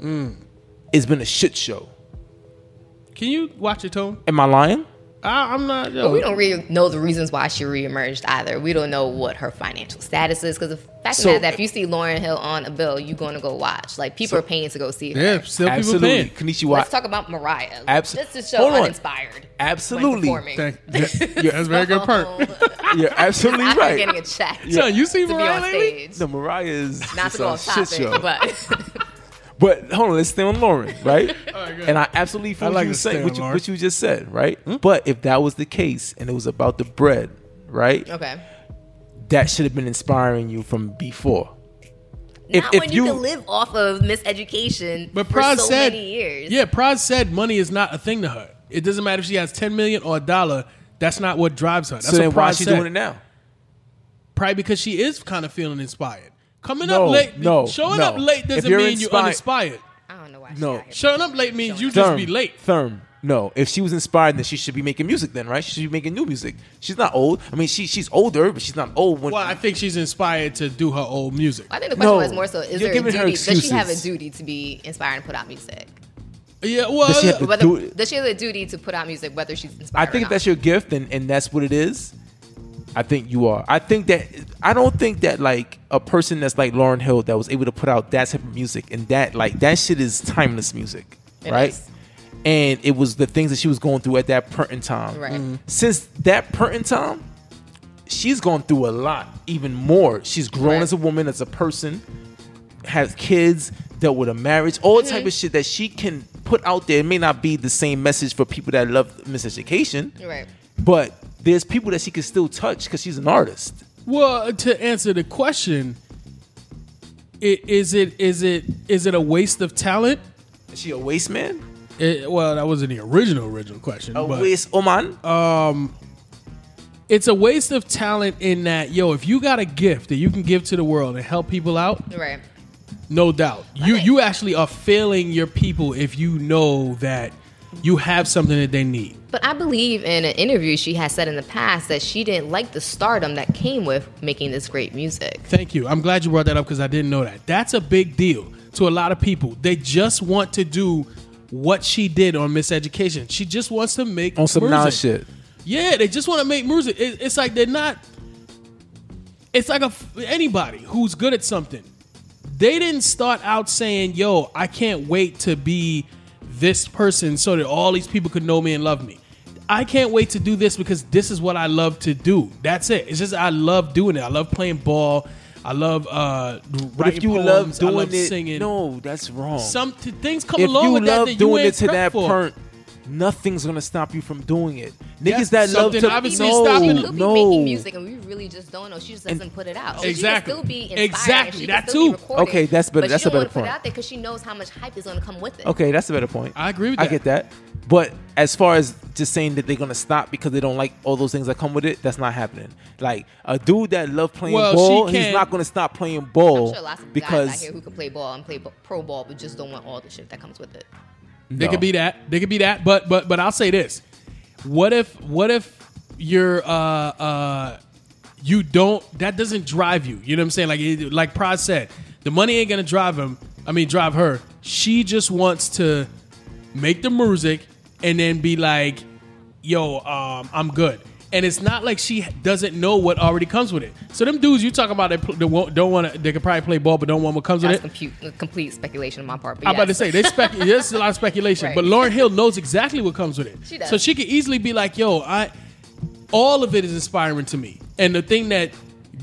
Speaker 3: it's been a shit show.
Speaker 2: can you watch your tone?
Speaker 3: Am I lying?
Speaker 2: I, I'm not. Yo.
Speaker 4: But
Speaker 3: Oh.
Speaker 4: we don't really know the reasons why she reemerged either. We don't know what her financial status is because the fact
Speaker 3: So- eh
Speaker 4: is that if you see Lauren Hill on a bill, you're going to go watch. Like people are paying to go see her.
Speaker 2: Yeah, still people
Speaker 3: Absolutely.
Speaker 2: paying.
Speaker 4: Let's
Speaker 3: Konnichiwa.
Speaker 4: talk about Mariah.
Speaker 3: Abs-
Speaker 4: just to show
Speaker 3: Hold on.
Speaker 4: uninspired. When
Speaker 3: Absolutely.
Speaker 4: performing.
Speaker 2: Thank- yeah, yeah, that's a very good perk.
Speaker 3: You're absolutely
Speaker 4: I'm
Speaker 3: right.
Speaker 4: getting a check
Speaker 2: Son, you see
Speaker 4: to be on
Speaker 2: Mariah lately?
Speaker 4: stage.
Speaker 3: The Mariah is
Speaker 4: Not
Speaker 3: just
Speaker 4: to go
Speaker 3: a
Speaker 4: off
Speaker 3: shit show.
Speaker 4: topic, but
Speaker 3: But hold on, let's stay on Lauren,
Speaker 2: right,
Speaker 3: right?
Speaker 2: go ahead.
Speaker 3: and I absolutely feel
Speaker 2: I like
Speaker 3: what, you
Speaker 2: to stay
Speaker 3: say,
Speaker 2: on
Speaker 3: what, you,
Speaker 2: Lauren.
Speaker 3: what you just said, right?
Speaker 2: Hmm?
Speaker 3: But if that was the case and it was about the bread, right?
Speaker 4: okay.
Speaker 3: That should have been inspiring you from before.
Speaker 4: Not when you, can live off of miseducation
Speaker 2: But
Speaker 4: for
Speaker 2: Proz
Speaker 4: so
Speaker 2: said,
Speaker 4: many years.
Speaker 2: yeah, Proz said money is not a thing to her. It doesn't matter if she has ten million or a dollar. That's not what drives her. That's
Speaker 3: so then
Speaker 2: what
Speaker 3: why is
Speaker 2: Proz
Speaker 3: she
Speaker 2: said.
Speaker 3: doing it now?
Speaker 2: Probably because she is kind of feeling inspired. Coming
Speaker 3: No,
Speaker 2: up late,
Speaker 3: no,
Speaker 2: showing
Speaker 3: no.
Speaker 2: up late
Speaker 3: If
Speaker 2: doesn't
Speaker 3: you're
Speaker 2: mean
Speaker 3: inspi-
Speaker 2: you're uninspired.
Speaker 4: I don't know why. She
Speaker 3: No.
Speaker 4: out here.
Speaker 2: Showing up late means you just
Speaker 3: Therm,
Speaker 2: be late.
Speaker 3: Therm. No, if she was inspired, then she should be making music. Then, right? She should be making new music. She's not old. I mean, she she's older, but she's not old. When
Speaker 2: Well, I think she's inspired to do her old music.
Speaker 4: I think the question
Speaker 3: No.
Speaker 4: was more so: Is
Speaker 3: You're
Speaker 4: there a
Speaker 3: giving her
Speaker 4: duty? Does she have a
Speaker 3: excuses.
Speaker 4: duty to be inspired and put out music?
Speaker 2: Yeah, well, uh,
Speaker 3: Does she have to
Speaker 4: Whether
Speaker 3: do it?
Speaker 4: does she have a duty to put out music, whether she's inspired?
Speaker 3: I
Speaker 4: or
Speaker 3: think if
Speaker 4: not?
Speaker 3: that's your gift and, and that's what it is, I think you are. I think that I don't think that like a person that's like Lauren Hill that was able to put out that type of music and that like that shit is timeless music,
Speaker 4: It
Speaker 3: right?
Speaker 4: is.
Speaker 3: And it was the things that she was going through at that point in time.
Speaker 4: Right. Mhm.
Speaker 3: Since that point in time, she's gone through a lot, even more. She's grown
Speaker 4: Right.
Speaker 3: as a woman, as a person, has kids, dealt with a marriage, all type
Speaker 4: Mm-hmm.
Speaker 3: of shit that she can put out there. It may not be the same message for people that love miseducation,
Speaker 4: right.
Speaker 3: but there's people that she can still touch because she's an artist.
Speaker 2: Well, uh, to answer the question, i- is it is it is it a waste of talent?
Speaker 3: Is she a waste man?
Speaker 2: It, well, that wasn't the original original question.
Speaker 3: A
Speaker 2: but
Speaker 3: waste woman?
Speaker 2: it's a waste of talent in that, yo, if you got a gift that you can give to the world and help people out,
Speaker 4: Right.
Speaker 2: No doubt. You you actually are failing your people if you know that you have something that they need.
Speaker 4: But I believe in an interview she has said in the past that she didn't like the stardom that came with making this great music.
Speaker 2: Thank you. I'm glad you brought that up because I didn't know that. That's a big deal to a lot of people. They just want to do what she did on Miseducation. She just wants to make
Speaker 3: on some
Speaker 2: music.
Speaker 3: non shit.
Speaker 2: Yeah, they just want to make music. It, it's like they're not. It's like a f- anybody who's good at something. They didn't start out saying, "Yo, I can't wait to be this person so that all these people could know me and love me." I can't wait to do this because this is what I love to do. That's it. It's just I love doing it. I love playing ball. I love uh writing
Speaker 3: But if you
Speaker 2: poems.
Speaker 3: love
Speaker 2: I
Speaker 3: doing
Speaker 2: love
Speaker 3: it,
Speaker 2: singing.
Speaker 3: no, that's wrong.
Speaker 2: some t- things come
Speaker 3: if
Speaker 2: along
Speaker 3: you
Speaker 2: with that
Speaker 3: love
Speaker 2: that you
Speaker 3: doing
Speaker 2: ain't
Speaker 3: it to
Speaker 2: prepped
Speaker 3: that
Speaker 2: for.
Speaker 3: point, nothing's gonna stop you from doing it.
Speaker 2: Yeah,
Speaker 3: Niggas that love
Speaker 2: something
Speaker 3: to
Speaker 2: obviously
Speaker 3: no,
Speaker 2: stopping
Speaker 4: She
Speaker 2: them.
Speaker 4: could be
Speaker 3: no.
Speaker 4: making music and we really just don't know. She just doesn't
Speaker 3: And-
Speaker 4: put it out.
Speaker 2: Exactly.
Speaker 4: She can still be inspired.
Speaker 2: Exactly.
Speaker 4: She
Speaker 2: That
Speaker 4: can still
Speaker 2: too.
Speaker 4: Be recorded,
Speaker 3: Okay, that's better-
Speaker 4: But
Speaker 3: that's
Speaker 4: she
Speaker 3: a
Speaker 4: don't
Speaker 3: better
Speaker 4: wanna Put
Speaker 3: point.
Speaker 4: it out there because she knows how much hype is going to come with it.
Speaker 3: Okay, that's a better point.
Speaker 2: I agree with
Speaker 3: I
Speaker 2: that.
Speaker 3: get that. But as far as just saying that they're gonna stop because they don't like all those things that come with it, that's not happening. Like a dude that love playing
Speaker 2: Well, she
Speaker 3: ball, he's
Speaker 2: can-
Speaker 3: not gonna stop playing ball
Speaker 4: I'm sure lots of guys out
Speaker 3: because
Speaker 4: here who can play ball and play b- pro ball, but just don't want all the shit that comes with it.
Speaker 2: They
Speaker 3: No.
Speaker 2: could be that. They could be that. But but but I'll say this: what if what if you're uh uh you don't that doesn't drive you? You know what I'm saying? Like it, like Prod said, the money ain't gonna drive him. I mean, drive her. She just wants to make the music and then be like, "Yo, um, I'm good." And it's not like she doesn't know what already comes with it. So them dudes you talking about, they, pl- they won't- don't want to. They could probably play ball, but don't want what comes with
Speaker 4: That's
Speaker 2: it.
Speaker 4: compute, complete speculation on my part. But
Speaker 2: I'm about to
Speaker 4: yes.
Speaker 2: say they spec. there's a lot of speculation,
Speaker 4: Right.
Speaker 2: but Lauren Hill knows exactly what comes with it.
Speaker 4: She does.
Speaker 2: So she could easily be like, "Yo, I." All of it is inspiring to me, and the thing that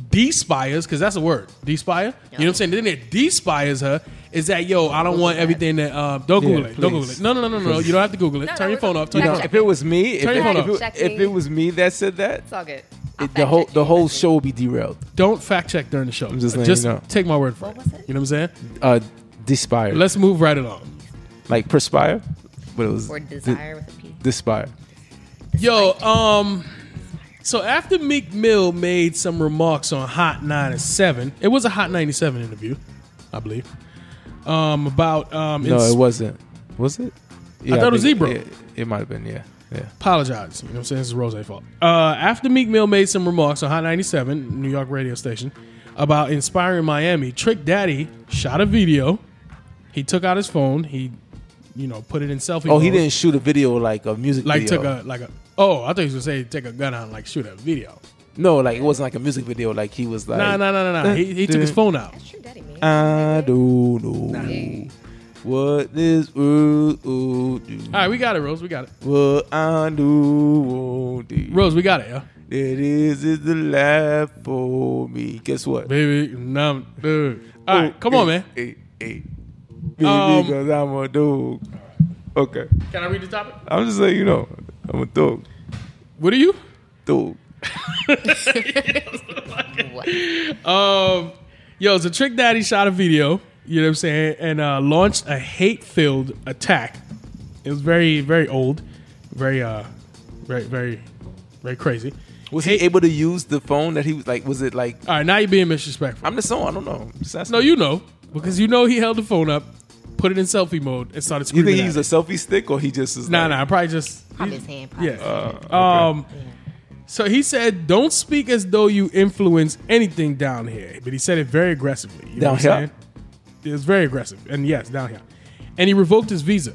Speaker 2: despires, because that's a word, despire. You know what I'm saying? The thing that despires her is that, yo, I don't want
Speaker 4: that.
Speaker 2: everything that. Uh, don't
Speaker 3: Yeah,
Speaker 2: Google it. Don't Google
Speaker 3: please.
Speaker 2: it. No, no, no, no, no. You don't have to Google it.
Speaker 4: No, no,
Speaker 2: Turn your
Speaker 4: we're
Speaker 2: phone
Speaker 4: good.
Speaker 2: off. Turn
Speaker 4: No,
Speaker 2: your
Speaker 4: no,
Speaker 2: phone off.
Speaker 3: if it was me, if
Speaker 2: Turn your
Speaker 3: it,
Speaker 2: phone
Speaker 3: if,
Speaker 2: off.
Speaker 3: it, if it was me that said that,
Speaker 4: It's all good. I'll
Speaker 3: it, the
Speaker 4: fact
Speaker 3: whole
Speaker 4: check you
Speaker 3: the whole
Speaker 4: next week.
Speaker 3: show would be derailed.
Speaker 2: Don't fact check during the show.
Speaker 3: I'm just letting you know.
Speaker 2: take my word for
Speaker 4: What
Speaker 2: it.
Speaker 4: was it?
Speaker 2: You know what I'm saying?
Speaker 3: Uh, Despire,
Speaker 2: Let's move right along.
Speaker 3: like perspire, but it was
Speaker 4: Or
Speaker 3: di-
Speaker 4: desire with a P.
Speaker 3: Despire.
Speaker 2: Yo, um, so after Meek Mill made some remarks on Hot 97, it was a Hot 97 interview, I believe, um, about um,
Speaker 3: No,
Speaker 2: ins-
Speaker 3: it wasn't. Was it? Yeah,
Speaker 2: thought it was
Speaker 3: think
Speaker 2: Ebro.
Speaker 3: It, it might have been. Yeah, yeah.
Speaker 2: apologize. You know what I'm saying? This is Rose's fault. Uh, after Meek Mill made some remarks on Hot 97, New York radio station, about inspiring Miami, Trick Daddy shot a video. He took out his phone. He, you know, put it in selfie.
Speaker 3: Oh, he
Speaker 2: mode.
Speaker 3: didn't shoot a video like a music
Speaker 2: like
Speaker 3: video.
Speaker 2: took a like a. Oh, I thought he was gonna say take a gun out and like shoot a video.
Speaker 3: no, like it wasn't like a music video. Like he was like
Speaker 2: Nah, nah, nah, nah, nah. He, he took his phone out.
Speaker 4: That's true, Daddy, man.
Speaker 3: I don't know
Speaker 4: Hey.
Speaker 3: what this world will do.
Speaker 2: All right, we got it, Rose. We got it.
Speaker 3: What I do won't do.
Speaker 2: Rose, we got it, yo.
Speaker 3: It is is the life for me. Guess what?
Speaker 2: Baby, numb, dude. All right,
Speaker 3: Oh,
Speaker 2: come on,
Speaker 3: eh,
Speaker 2: man.
Speaker 3: eh, eh.
Speaker 2: Um,
Speaker 3: Baby, cause I'm a dog. Okay,
Speaker 2: Can I read the topic?
Speaker 3: I'm just letting you know. I'm a dog.
Speaker 2: What are you?
Speaker 3: Dog.
Speaker 4: What?
Speaker 3: hmm.
Speaker 2: Um, yo, so Trick Daddy shot a video, you know what I'm saying, and uh, launched a hate-filled attack. It was very, very old, very, uh, very, very, very crazy.
Speaker 3: Was he able to use the phone that he was like? Was it like?
Speaker 2: All right, now you're being disrespectful.
Speaker 3: I'm just on. I don't know. Just asking.
Speaker 2: no, you know, because you know he held the phone up, put it in selfie mode, and started
Speaker 3: You
Speaker 2: screaming.
Speaker 3: think he
Speaker 2: at
Speaker 3: used a
Speaker 2: it.
Speaker 3: selfie stick or he just is
Speaker 2: Nah,
Speaker 3: like, Uh,
Speaker 2: nah, probably just
Speaker 4: Probably his hand. Probably.
Speaker 2: yeah. Um, so he said, "Don't speak as though you influence anything down here." But he said it very aggressively. You know
Speaker 3: Down
Speaker 2: what I'm
Speaker 3: here?
Speaker 2: saying? It was very aggressive, and yes, down here. And he revoked his visa.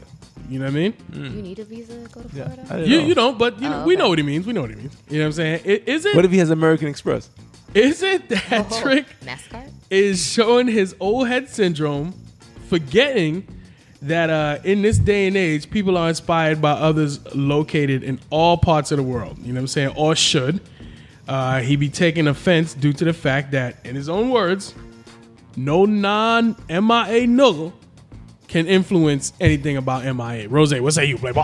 Speaker 2: You know what I mean?
Speaker 4: You need a visa to go to Florida?
Speaker 3: I don't
Speaker 2: You,
Speaker 3: know.
Speaker 2: you don't, but you know,
Speaker 4: Oh,
Speaker 2: we
Speaker 4: okay.
Speaker 2: know what he means. We know what he means. You know what I'm saying? I- Is it?
Speaker 3: What if he has American Express?
Speaker 2: is it that
Speaker 4: Oh,
Speaker 2: trick
Speaker 4: NASCAR?
Speaker 2: is showing his old head syndrome, forgetting that uh, in this day and age, people are inspired by others located in all parts of the world. You know what I'm saying? Or should. Uh, he be taking offense due to the fact that, in his own words, no non MIA nigga can influence anything about MIA. Rose, what say you, Playboy?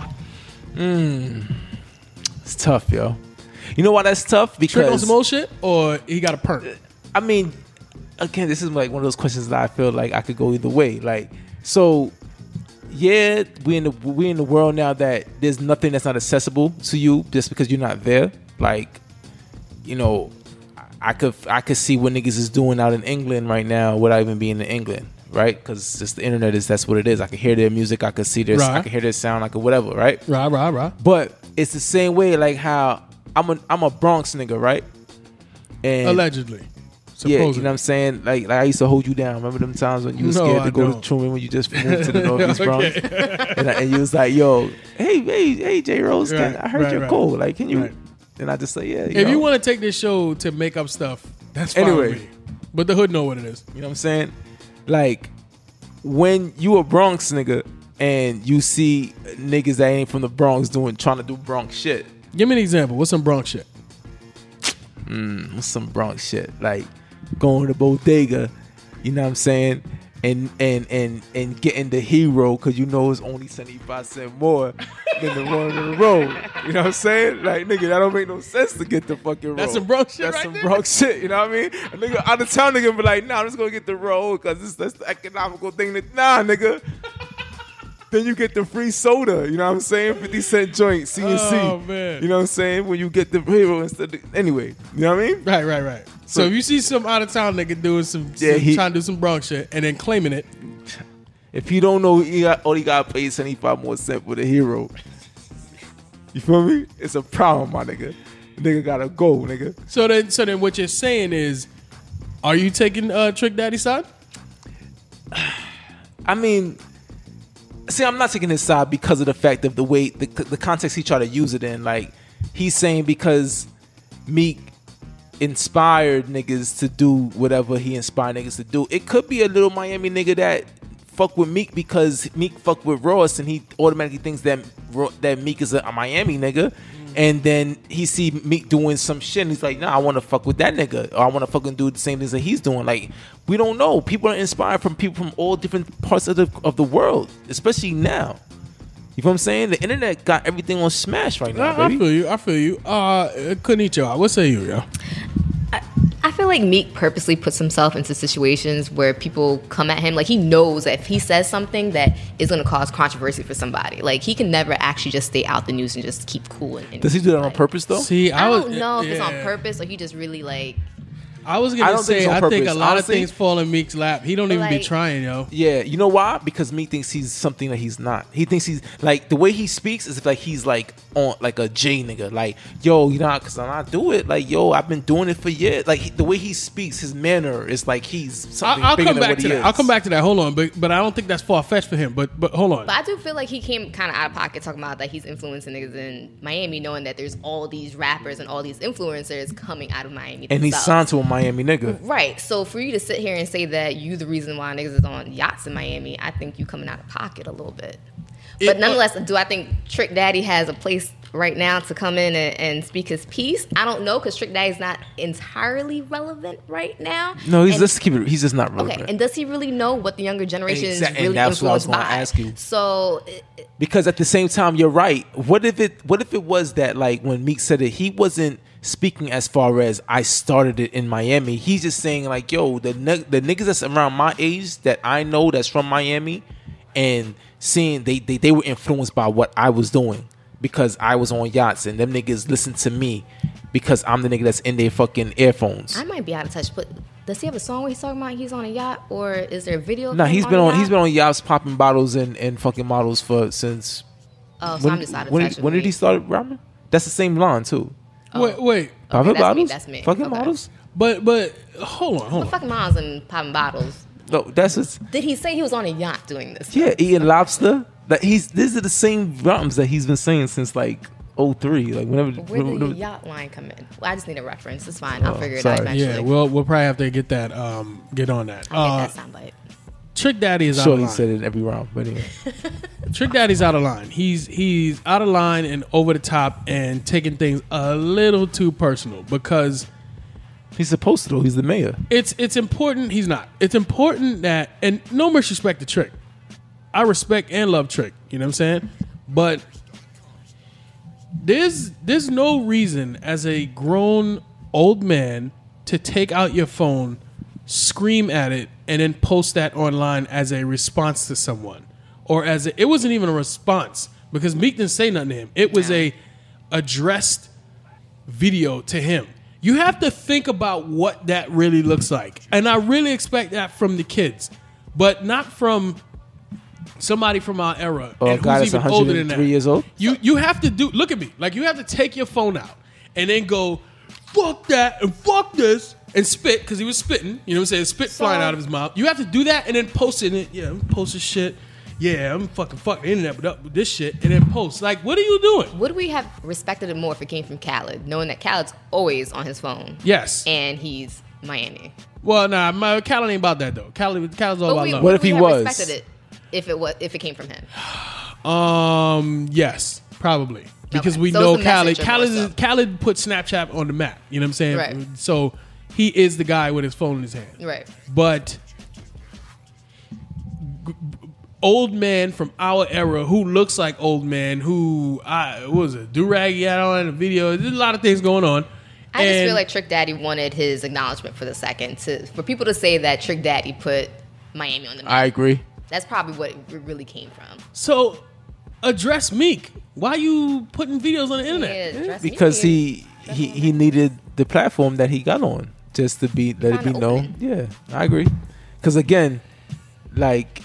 Speaker 3: It's tough, yo. You know why that's tough?
Speaker 2: Trick on
Speaker 3: Because
Speaker 2: some old shit, or he got a perk?
Speaker 3: I mean, again, this is like one of those questions that I feel like I could go either way. Like, so yeah, we in the we in the world now that there's nothing that's not accessible to you just because you're not there. Like, you know, I- I could I could see what niggas is doing out in England right now without even being in England. right? Because just the internet is that's what it is. I can hear their music, I can see their, I
Speaker 2: Right.
Speaker 3: can hear their sound, I can whatever, right?
Speaker 2: Rah, rah, rah.
Speaker 3: But it's the same way, like how I'm a I'm a Bronx nigga, right? And
Speaker 2: Allegedly.
Speaker 3: yeah,
Speaker 2: Supposedly.
Speaker 3: you know what I'm saying? Like, like I used to hold you down. Remember them times when you were
Speaker 2: No,
Speaker 3: scared
Speaker 2: I
Speaker 3: to go
Speaker 2: don't.
Speaker 3: to Truman when you just moved to the Northeast Bronx,
Speaker 2: Okay.
Speaker 3: and, I, and you was like, "Yo, hey, hey, hey, J Rose, can,
Speaker 2: Right,
Speaker 3: I heard
Speaker 2: right,
Speaker 3: you're
Speaker 2: right.
Speaker 3: cool. Like, can you?"
Speaker 2: Right.
Speaker 3: And I just say, "Yeah."
Speaker 2: If
Speaker 3: yo."
Speaker 2: you want to take this show to make up stuff, that's fine
Speaker 3: Anyway.
Speaker 2: with me. But the hood know what it is.
Speaker 3: You know what I'm saying? Like when you a Bronx nigga and you see niggas that ain't from the Bronx doing trying to do Bronx shit.
Speaker 2: Give me an example. What's some Bronx shit?
Speaker 3: What's some Bronx shit? Like going to bodega, you know what I'm saying? And and and and getting the hero cause you know it's only 75 cent more than the one in the road. You know what I'm saying? Like nigga, that don't make no sense to get the fucking roll.
Speaker 2: That's some Bronx shit
Speaker 3: That's
Speaker 2: right
Speaker 3: some
Speaker 2: there.
Speaker 3: Bronx shit, you know what I mean? A nigga out of town nigga be like, nah, I'm just gonna get the roll cause it's that's the economical thing that nah nigga. Then you get the free soda, you know what I'm saying? 50 cent joint, C and C.
Speaker 2: Oh, man.
Speaker 3: You know what I'm saying? When you get the hero instead of, anyway, you know what I mean?
Speaker 2: Right, right, right. So, if you see some out of town nigga doing some,
Speaker 3: Yeah,
Speaker 2: some-
Speaker 3: he-
Speaker 2: trying to do some Bronx shit and then claiming it,
Speaker 3: If you don't know, you got, only got paid 75 more cent for the hero. You feel me? It's a problem, my nigga. Nigga gotta go, nigga.
Speaker 2: so then so then what you're saying is, are you taking uh, Trick Daddy side?
Speaker 3: I mean, see, I'm not taking his side because of the fact of the way the, the context he tried to use it in. Like, he's saying because Meek inspired niggas to do whatever he inspired niggas to do. It could be a little Miami nigga that fuck with Meek because Meek fuck with Ross and he automatically thinks that Ro- that Meek is a, a Miami nigga. And then he see Meek doing some shit and he's like, nah, I want to fuck with that nigga. Or I want to fucking do the same things that he's doing. Like, we don't know. People are inspired from people from all different parts of the, of the world, especially now. You know what I'm saying? The internet got everything on smash right now,
Speaker 2: I, I
Speaker 3: baby.
Speaker 2: feel you. I feel you. Uh, it couldn't eat you out. What say you, yo?
Speaker 4: I feel like Meek purposely puts himself into situations where people come at him. Like he knows that if he says something that is going to cause controversy for somebody, like he can never actually just stay out the news and just keep cool. And, and
Speaker 3: Does he do that on
Speaker 4: like-
Speaker 3: purpose though?
Speaker 2: See, I,
Speaker 4: I
Speaker 2: was,
Speaker 4: don't know if it's on
Speaker 2: yeah.
Speaker 4: purpose or he just really like.
Speaker 2: I was gonna
Speaker 3: I don't think
Speaker 2: say
Speaker 3: it's on
Speaker 2: I think a
Speaker 3: purpose.
Speaker 2: lot
Speaker 3: Honestly-
Speaker 2: of things fall in Meek's lap. He don't even be
Speaker 4: Like-
Speaker 2: trying, yo.
Speaker 3: Yeah, you know why? Because Meek thinks he's something that he's not. He thinks he's like the way he speaks is like he's like on like a J nigga. Like yo, you know, because I do it. Like yo, I've been doing it for years. Like he- the way he speaks, his manner is like he's
Speaker 2: I,
Speaker 3: something
Speaker 2: I'll
Speaker 3: bigger
Speaker 2: come
Speaker 3: than
Speaker 2: back
Speaker 3: what
Speaker 2: to
Speaker 3: he
Speaker 2: that.
Speaker 3: is.
Speaker 2: I'll come back to that. Hold on, but but I don't think that's far fetched for him. But but hold on.
Speaker 4: But I do feel like he came kind of out of pocket talking about that he's influencing niggas in Miami, knowing that there's all these rappers and all these influencers coming out of Miami.
Speaker 3: And he's
Speaker 4: themselves.
Speaker 3: signed to a Miami nigga.
Speaker 4: Right. So for you to sit here and say that you the reason why niggas is on yachts in Miami, I think you coming out of pocket a little bit.
Speaker 2: It-
Speaker 4: But nonetheless, do I think Trick Daddy has a place right now to come in and, and speak his piece? I don't know because Trick Daddy's not entirely relevant right now.
Speaker 3: No, he's
Speaker 4: And-
Speaker 3: just keep it. He's just not really.
Speaker 4: okay. And does he really know what the younger generation
Speaker 3: Exac- and
Speaker 4: is really
Speaker 3: that's what I was
Speaker 4: influenced
Speaker 3: gonna
Speaker 4: by?
Speaker 3: ask you.
Speaker 4: So it- it-
Speaker 3: because at the same time you're right what if it what if it was that like when meek said it he wasn't speaking as far as i started it in miami he's just saying like yo the, ni- the niggas that's around my age that i know that's from miami and seeing they, they they were influenced by what i was doing because i was on yachts and them niggas listened to me because i'm the nigga that's in their fucking earphones
Speaker 4: I might be out of touch, but does he have a song where he's talking about he's on a yacht, or is there a video? of
Speaker 3: no,
Speaker 4: him
Speaker 3: he's
Speaker 4: a
Speaker 3: been on he's
Speaker 4: yacht?
Speaker 3: been on yachts popping bottles and, and fucking models for since
Speaker 4: Oh, so
Speaker 3: when,
Speaker 4: I'm just out of
Speaker 3: when,
Speaker 4: touch. with
Speaker 3: when did he
Speaker 4: Meek.
Speaker 3: start rapping? That's the same line too.
Speaker 2: Wait wait.
Speaker 3: Popping
Speaker 4: that's me,
Speaker 3: bottles?
Speaker 4: that's me.
Speaker 3: Fucking
Speaker 4: Okay.
Speaker 3: models?
Speaker 2: But but hold on hold on.
Speaker 4: Fucking miles and popping bottles.
Speaker 3: No, that's just
Speaker 4: Did he say he was on a yacht doing this?
Speaker 3: yeah, eating lobster. That he's these are the same rhymes that he's been saying since like 03. Like whenever,
Speaker 4: Where did
Speaker 3: whenever-
Speaker 4: the yacht line come in? Well, I just need a reference. It's fine. I'll
Speaker 3: Oh,
Speaker 4: figure it
Speaker 3: sorry.
Speaker 4: out eventually.
Speaker 2: Yeah, we'll we'll probably have to get that um get on that.
Speaker 4: I'll
Speaker 2: Uh,
Speaker 4: get that soundbite.
Speaker 2: Trick Daddy is out
Speaker 3: sure
Speaker 2: of
Speaker 3: he
Speaker 2: line.
Speaker 3: said it every round, but anyway.
Speaker 2: Trick Daddy's out of line. He's he's out of line and over the top and taking things a little too personal because
Speaker 3: he's supposed to though, he's the mayor.
Speaker 2: it's it's important he's not. It's important that and no disrespect to Trick. I respect and love Trick, you know what I'm saying? But there's there's no reason as a grown old man to take out your phone, scream at it, and then post that online as a response to someone, or as a, it wasn't even a response because Meek didn't say nothing to him. It was a addressed video to him. You have to think about what that really looks like, and I really expect that from the kids. but not from somebody from our era
Speaker 3: Oh
Speaker 2: and
Speaker 3: God,
Speaker 2: who's
Speaker 3: it's
Speaker 2: even older than
Speaker 3: 103
Speaker 2: that.
Speaker 3: years old?
Speaker 2: You you have to do. Look at me. Like you have to take your phone out and then go, fuck that and fuck this and spit because he was spitting. You know what I'm saying? Spit flying out of his mouth. You have to do that and then post it. And, yeah, I'm posting shit. Yeah, I'm fucking fuck the internet but up with this shit and then post. Like, what are you doing?
Speaker 4: Would we have respected it more if it came from Khaled, knowing that Khaled's always on his phone
Speaker 2: Yes.
Speaker 4: and he's Miami?
Speaker 2: Well, nah, my Khaled ain't about that though. Khaled, Khaled's all
Speaker 4: But
Speaker 2: about
Speaker 4: we,
Speaker 2: love.
Speaker 3: What
Speaker 4: would
Speaker 3: if he
Speaker 4: we have
Speaker 3: was?
Speaker 4: Respected it if it was if it came from him.
Speaker 2: Um, yes, probably because
Speaker 4: Okay.
Speaker 2: we
Speaker 4: So
Speaker 2: know
Speaker 4: it's the
Speaker 2: Khaled.
Speaker 4: messenger more
Speaker 2: Khaled, is,
Speaker 4: so.
Speaker 2: Khaled put Snapchat on the map. You know what I'm saying?
Speaker 4: Right.
Speaker 2: So he is the guy with his phone in his hand.
Speaker 4: Right.
Speaker 2: But g- b- old man from our era who looks like old man who I what was it do rag he had on in the video. There's a lot of things going on.
Speaker 4: I just
Speaker 2: And-
Speaker 4: feel like Trick Daddy wanted his acknowledgement for the second to for people to say that Trick Daddy put Miami on the map.
Speaker 3: I agree.
Speaker 4: That's probably what it really came from.
Speaker 2: so. Address Meek. Why you putting videos on the
Speaker 4: Yeah,
Speaker 2: internet?
Speaker 4: dress me
Speaker 3: Because
Speaker 4: weird.
Speaker 3: he he he needed the platform that he got on just to be let it
Speaker 4: Kinda
Speaker 3: be known. Yeah, I agree. Because again, like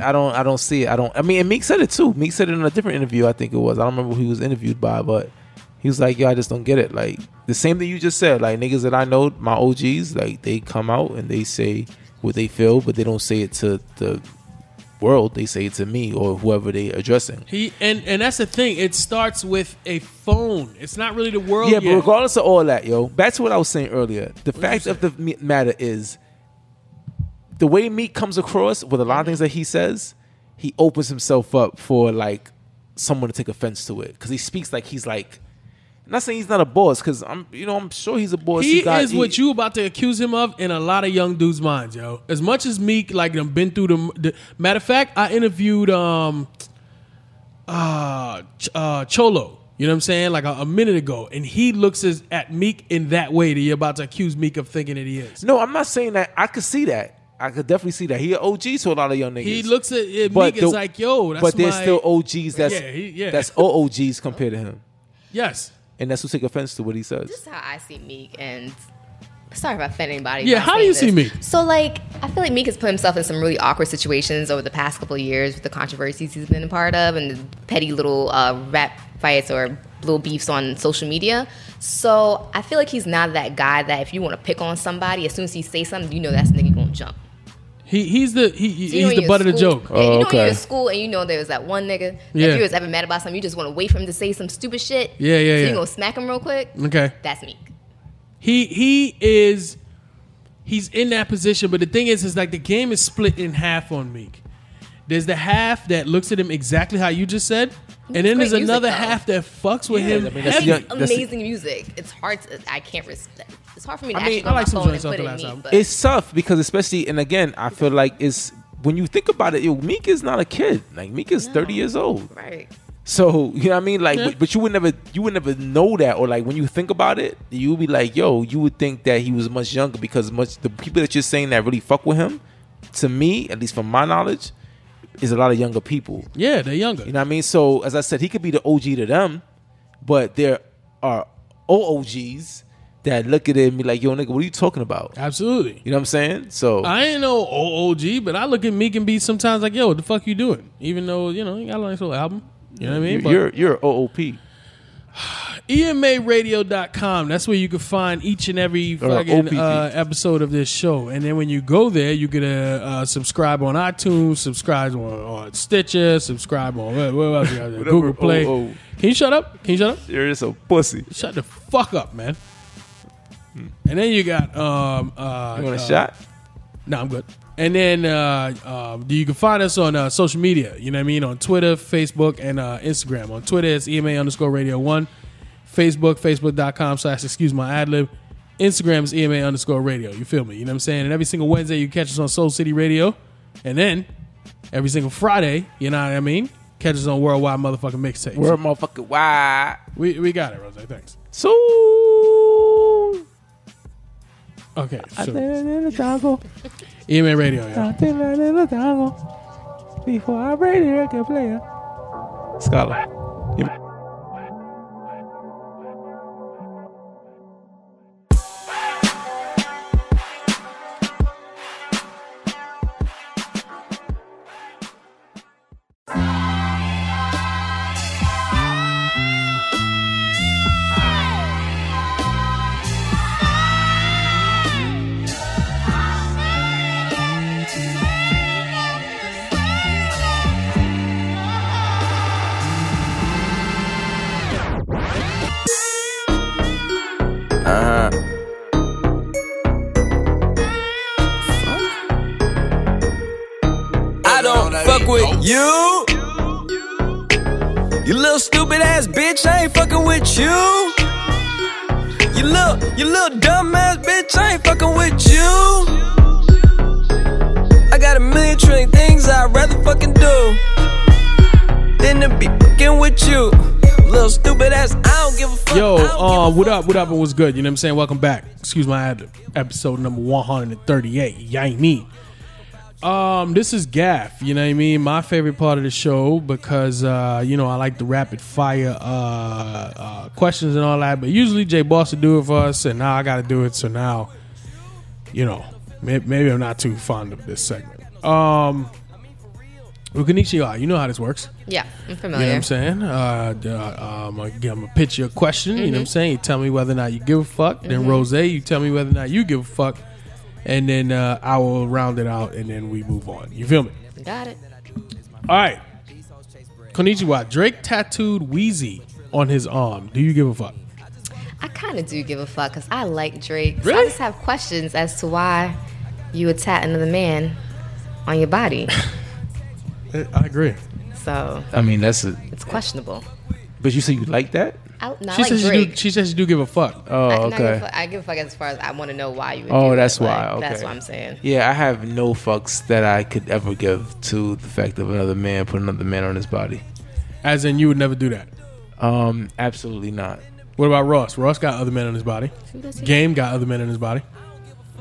Speaker 3: I don't I don't see it. I don't. I mean, and Meek said it too. Meek said it in a different interview. I think it was. I don't remember who he was interviewed by, but he was like, "Yo, I just don't get it." Like the same thing you just said. Like niggas that I know, my OGs, like they come out and they say what they feel, but they don't say it to the world. They say it to me or whoever they addressing.
Speaker 2: He and and that's the thing. It starts with a phone. It's not really the world.
Speaker 3: Yeah, but
Speaker 2: yet.
Speaker 3: regardless of all that, yo, back to what I was saying earlier. The fact
Speaker 2: Oh, you
Speaker 3: of the m- matter is, the way Meek comes across with a lot of things that he says, he opens himself up for like someone to take offense to it because he speaks like he's like. I'm not saying he's not a boss because I'm, you know, I'm sure he's a boss.
Speaker 2: He
Speaker 3: got-
Speaker 2: is what
Speaker 3: he-
Speaker 2: you about to accuse him of in a lot of young dudes' minds, yo. As much as Meek, like, done been through the, the matter of fact, I interviewed um, uh, Ch- uh, Cholo. You know what I'm saying? Like a, a minute ago, and he looks as, at Meek in that way that you're about to accuse Meek of thinking that he is.
Speaker 3: No, I'm not saying that. I could see that. I could definitely see that. He an OG to a lot of young niggas.
Speaker 2: He looks at, at
Speaker 3: but
Speaker 2: Meek
Speaker 3: the-
Speaker 2: as like, yo, that's
Speaker 3: but there's
Speaker 2: my-
Speaker 3: still OGs that's
Speaker 2: Yeah, he- yeah.
Speaker 3: that's OOGs compared to him,
Speaker 2: yes.
Speaker 3: and that's who take offense to what he says.
Speaker 4: This is how I see Meek, and sorry if I offend anybody.
Speaker 2: Yeah,
Speaker 4: by
Speaker 2: how do you
Speaker 4: saying
Speaker 2: see
Speaker 4: this.
Speaker 2: Meek?
Speaker 4: So, like, I feel like Meek has put himself in some really awkward situations over the past couple of years with the controversies he's been a part of and the petty little uh, rap fights or little beefs on social media. So, I feel like he's not that guy that if you want to pick on somebody, as soon as he says something, you know that's nigga gonna jump.
Speaker 2: He he's the he,
Speaker 4: So you
Speaker 2: he's
Speaker 4: know when
Speaker 2: the
Speaker 4: you're
Speaker 2: butt of
Speaker 4: in
Speaker 2: the
Speaker 4: school-
Speaker 2: joke.
Speaker 4: Yeah, you know when
Speaker 3: okay.
Speaker 4: you're in school and you know there was that one nigga. that
Speaker 2: Yeah.
Speaker 4: If you was ever mad about something, you just want to wait for him to say some stupid shit.
Speaker 2: Yeah, yeah,
Speaker 4: So
Speaker 2: yeah. Mm.
Speaker 4: you gonna smack him real quick.
Speaker 2: Okay.
Speaker 4: That's Meek.
Speaker 2: He he is he's in that position, but the thing is, is like the game is split in half on Meek. There's the half that looks at him exactly how you just said, and then there's
Speaker 4: It's great music,
Speaker 2: another
Speaker 4: though.
Speaker 2: half that fucks with
Speaker 3: Yeah,
Speaker 2: him.
Speaker 3: I mean, that's
Speaker 2: heavy.
Speaker 3: young- That's-
Speaker 4: amazing music. It's hard to I can't respect. It's hard for me to
Speaker 3: I mean,
Speaker 4: actually go
Speaker 2: I
Speaker 4: on
Speaker 2: like some
Speaker 4: my phone and
Speaker 2: joints off
Speaker 4: put
Speaker 2: the
Speaker 4: in
Speaker 2: last
Speaker 4: me,
Speaker 2: album.
Speaker 4: but
Speaker 3: it's tough because especially and again i feel like it's when you think about it yo, meek is not a kid like meek is 30 years old
Speaker 4: right.
Speaker 3: so you know what i mean like but, but you would never you would never know that or like when you think about it you would be like yo you would think that he was much younger because much the people that you're saying that really fuck with him to me at least from my knowledge is a lot of younger people
Speaker 2: yeah, they're younger.
Speaker 3: you know what I mean? So as I said, he could be the OG to them, but there are OOGs that look at it and be like, "Yo, nigga, what are you talking about?"
Speaker 2: Absolutely.
Speaker 3: You know what I'm saying? So
Speaker 2: I ain't no OOG, but I look at Meek and be sometimes like, yo, what the fuck you doing? Even though you know he got a nice little album. You know what I mean? But-
Speaker 3: you're you're, you're OOP
Speaker 2: E EMARadio.com. That's where you can find each and every
Speaker 3: Or
Speaker 2: fucking
Speaker 3: OPP.
Speaker 2: uh, episode of this show. And then when you go there, you can uh, uh, subscribe on iTunes, subscribe on, on Stitcher, subscribe on what, what else you got there? Google Play.
Speaker 3: oh, oh.
Speaker 2: Can you shut up? Can you shut up?
Speaker 3: You're just a pussy.
Speaker 2: Shut the fuck up, man. And then you got um uh,
Speaker 3: Hmm. You want a
Speaker 2: uh,
Speaker 3: shot?
Speaker 2: no, I'm good. And then uh, um, you can find us on uh, social media. You know what I mean? On Twitter, Facebook, and uh, Instagram. On Twitter, it's EMA underscore radio one. Facebook, facebook.com slash excuse my ad lib. Instagram is EMA underscore radio. You feel me? You know what I'm saying? And every single Wednesday, you catch us on Soul City Radio. And then every single Friday, you know what I mean? Catch us on Worldwide Motherfucking Mixtape.
Speaker 3: We're motherfucker why?
Speaker 2: we, we got it, Rose. Thanks.
Speaker 3: So
Speaker 2: Okay. So,
Speaker 3: Before
Speaker 2: EMA Radio. Yeah.
Speaker 3: I ready record player. Scholar. You-
Speaker 5: Thank with you. You little stupid ass bitch, I ain't fucking with you. You little, you little dumb ass bitch, I ain't fucking with you. I got a million trillion things I'd rather fucking do than to be fucking with you. Little stupid ass, I don't give a fuck.
Speaker 2: Yo,
Speaker 5: I don't give a
Speaker 2: uh, what
Speaker 5: fuck.
Speaker 2: up? What up? And what's good? You know what I'm saying? Welcome back. Excuse my ad- episode number 138. Yay me. Um, this is Gaff. You know what I mean? My favorite part of the show because uh, you know I like the rapid fire uh, uh, questions and all that. But usually Jay Boss will do it for us, and now I got to do it. So now, you know, may- maybe I'm not too fond of this segment. Um, well, Konnichiwa, you know how this works.
Speaker 4: Yeah, I'm
Speaker 2: You
Speaker 4: familiar.
Speaker 2: know what I'm saying? Uh, d- uh, um, I give 'em a pitch you a question. You know
Speaker 4: Mm-hmm.
Speaker 2: what I'm saying? You tell me whether or not you give a fuck. Then Rose, you tell me whether or not you give a fuck. And then uh, I will round it out and then we move on. You feel me?
Speaker 4: Got it.
Speaker 2: All right. Konnichiwa. Drake tattooed Wheezy on his arm. Do you give a fuck?
Speaker 4: I kind of do give a fuck because I like Drake. So I
Speaker 2: Really?
Speaker 4: just have questions as to why you would tat another man on your body.
Speaker 2: Uh, I agree.
Speaker 4: So
Speaker 3: I mean, that's a,
Speaker 4: it's questionable.
Speaker 3: but you say you like that?
Speaker 4: I, no, I
Speaker 2: She
Speaker 4: like
Speaker 2: says you do,
Speaker 4: Drake.
Speaker 2: she says you do give a fuck. Uh,
Speaker 3: Oh,
Speaker 4: I, no, I give a
Speaker 3: okay.
Speaker 4: fuck- I give a fuck as far as I want to know why you would
Speaker 3: Oh,
Speaker 4: do
Speaker 3: that's
Speaker 4: it. Like,
Speaker 3: why,
Speaker 4: That's
Speaker 3: okay.
Speaker 4: what I'm saying.
Speaker 3: Yeah, I have no fucks that I could ever give to the fact of another man put another man on his body.
Speaker 2: As in, you would never do that.
Speaker 3: Um, absolutely not.
Speaker 2: What about Ross? Ross got other men on his body.
Speaker 4: Who does he-
Speaker 2: Game got other men on his body.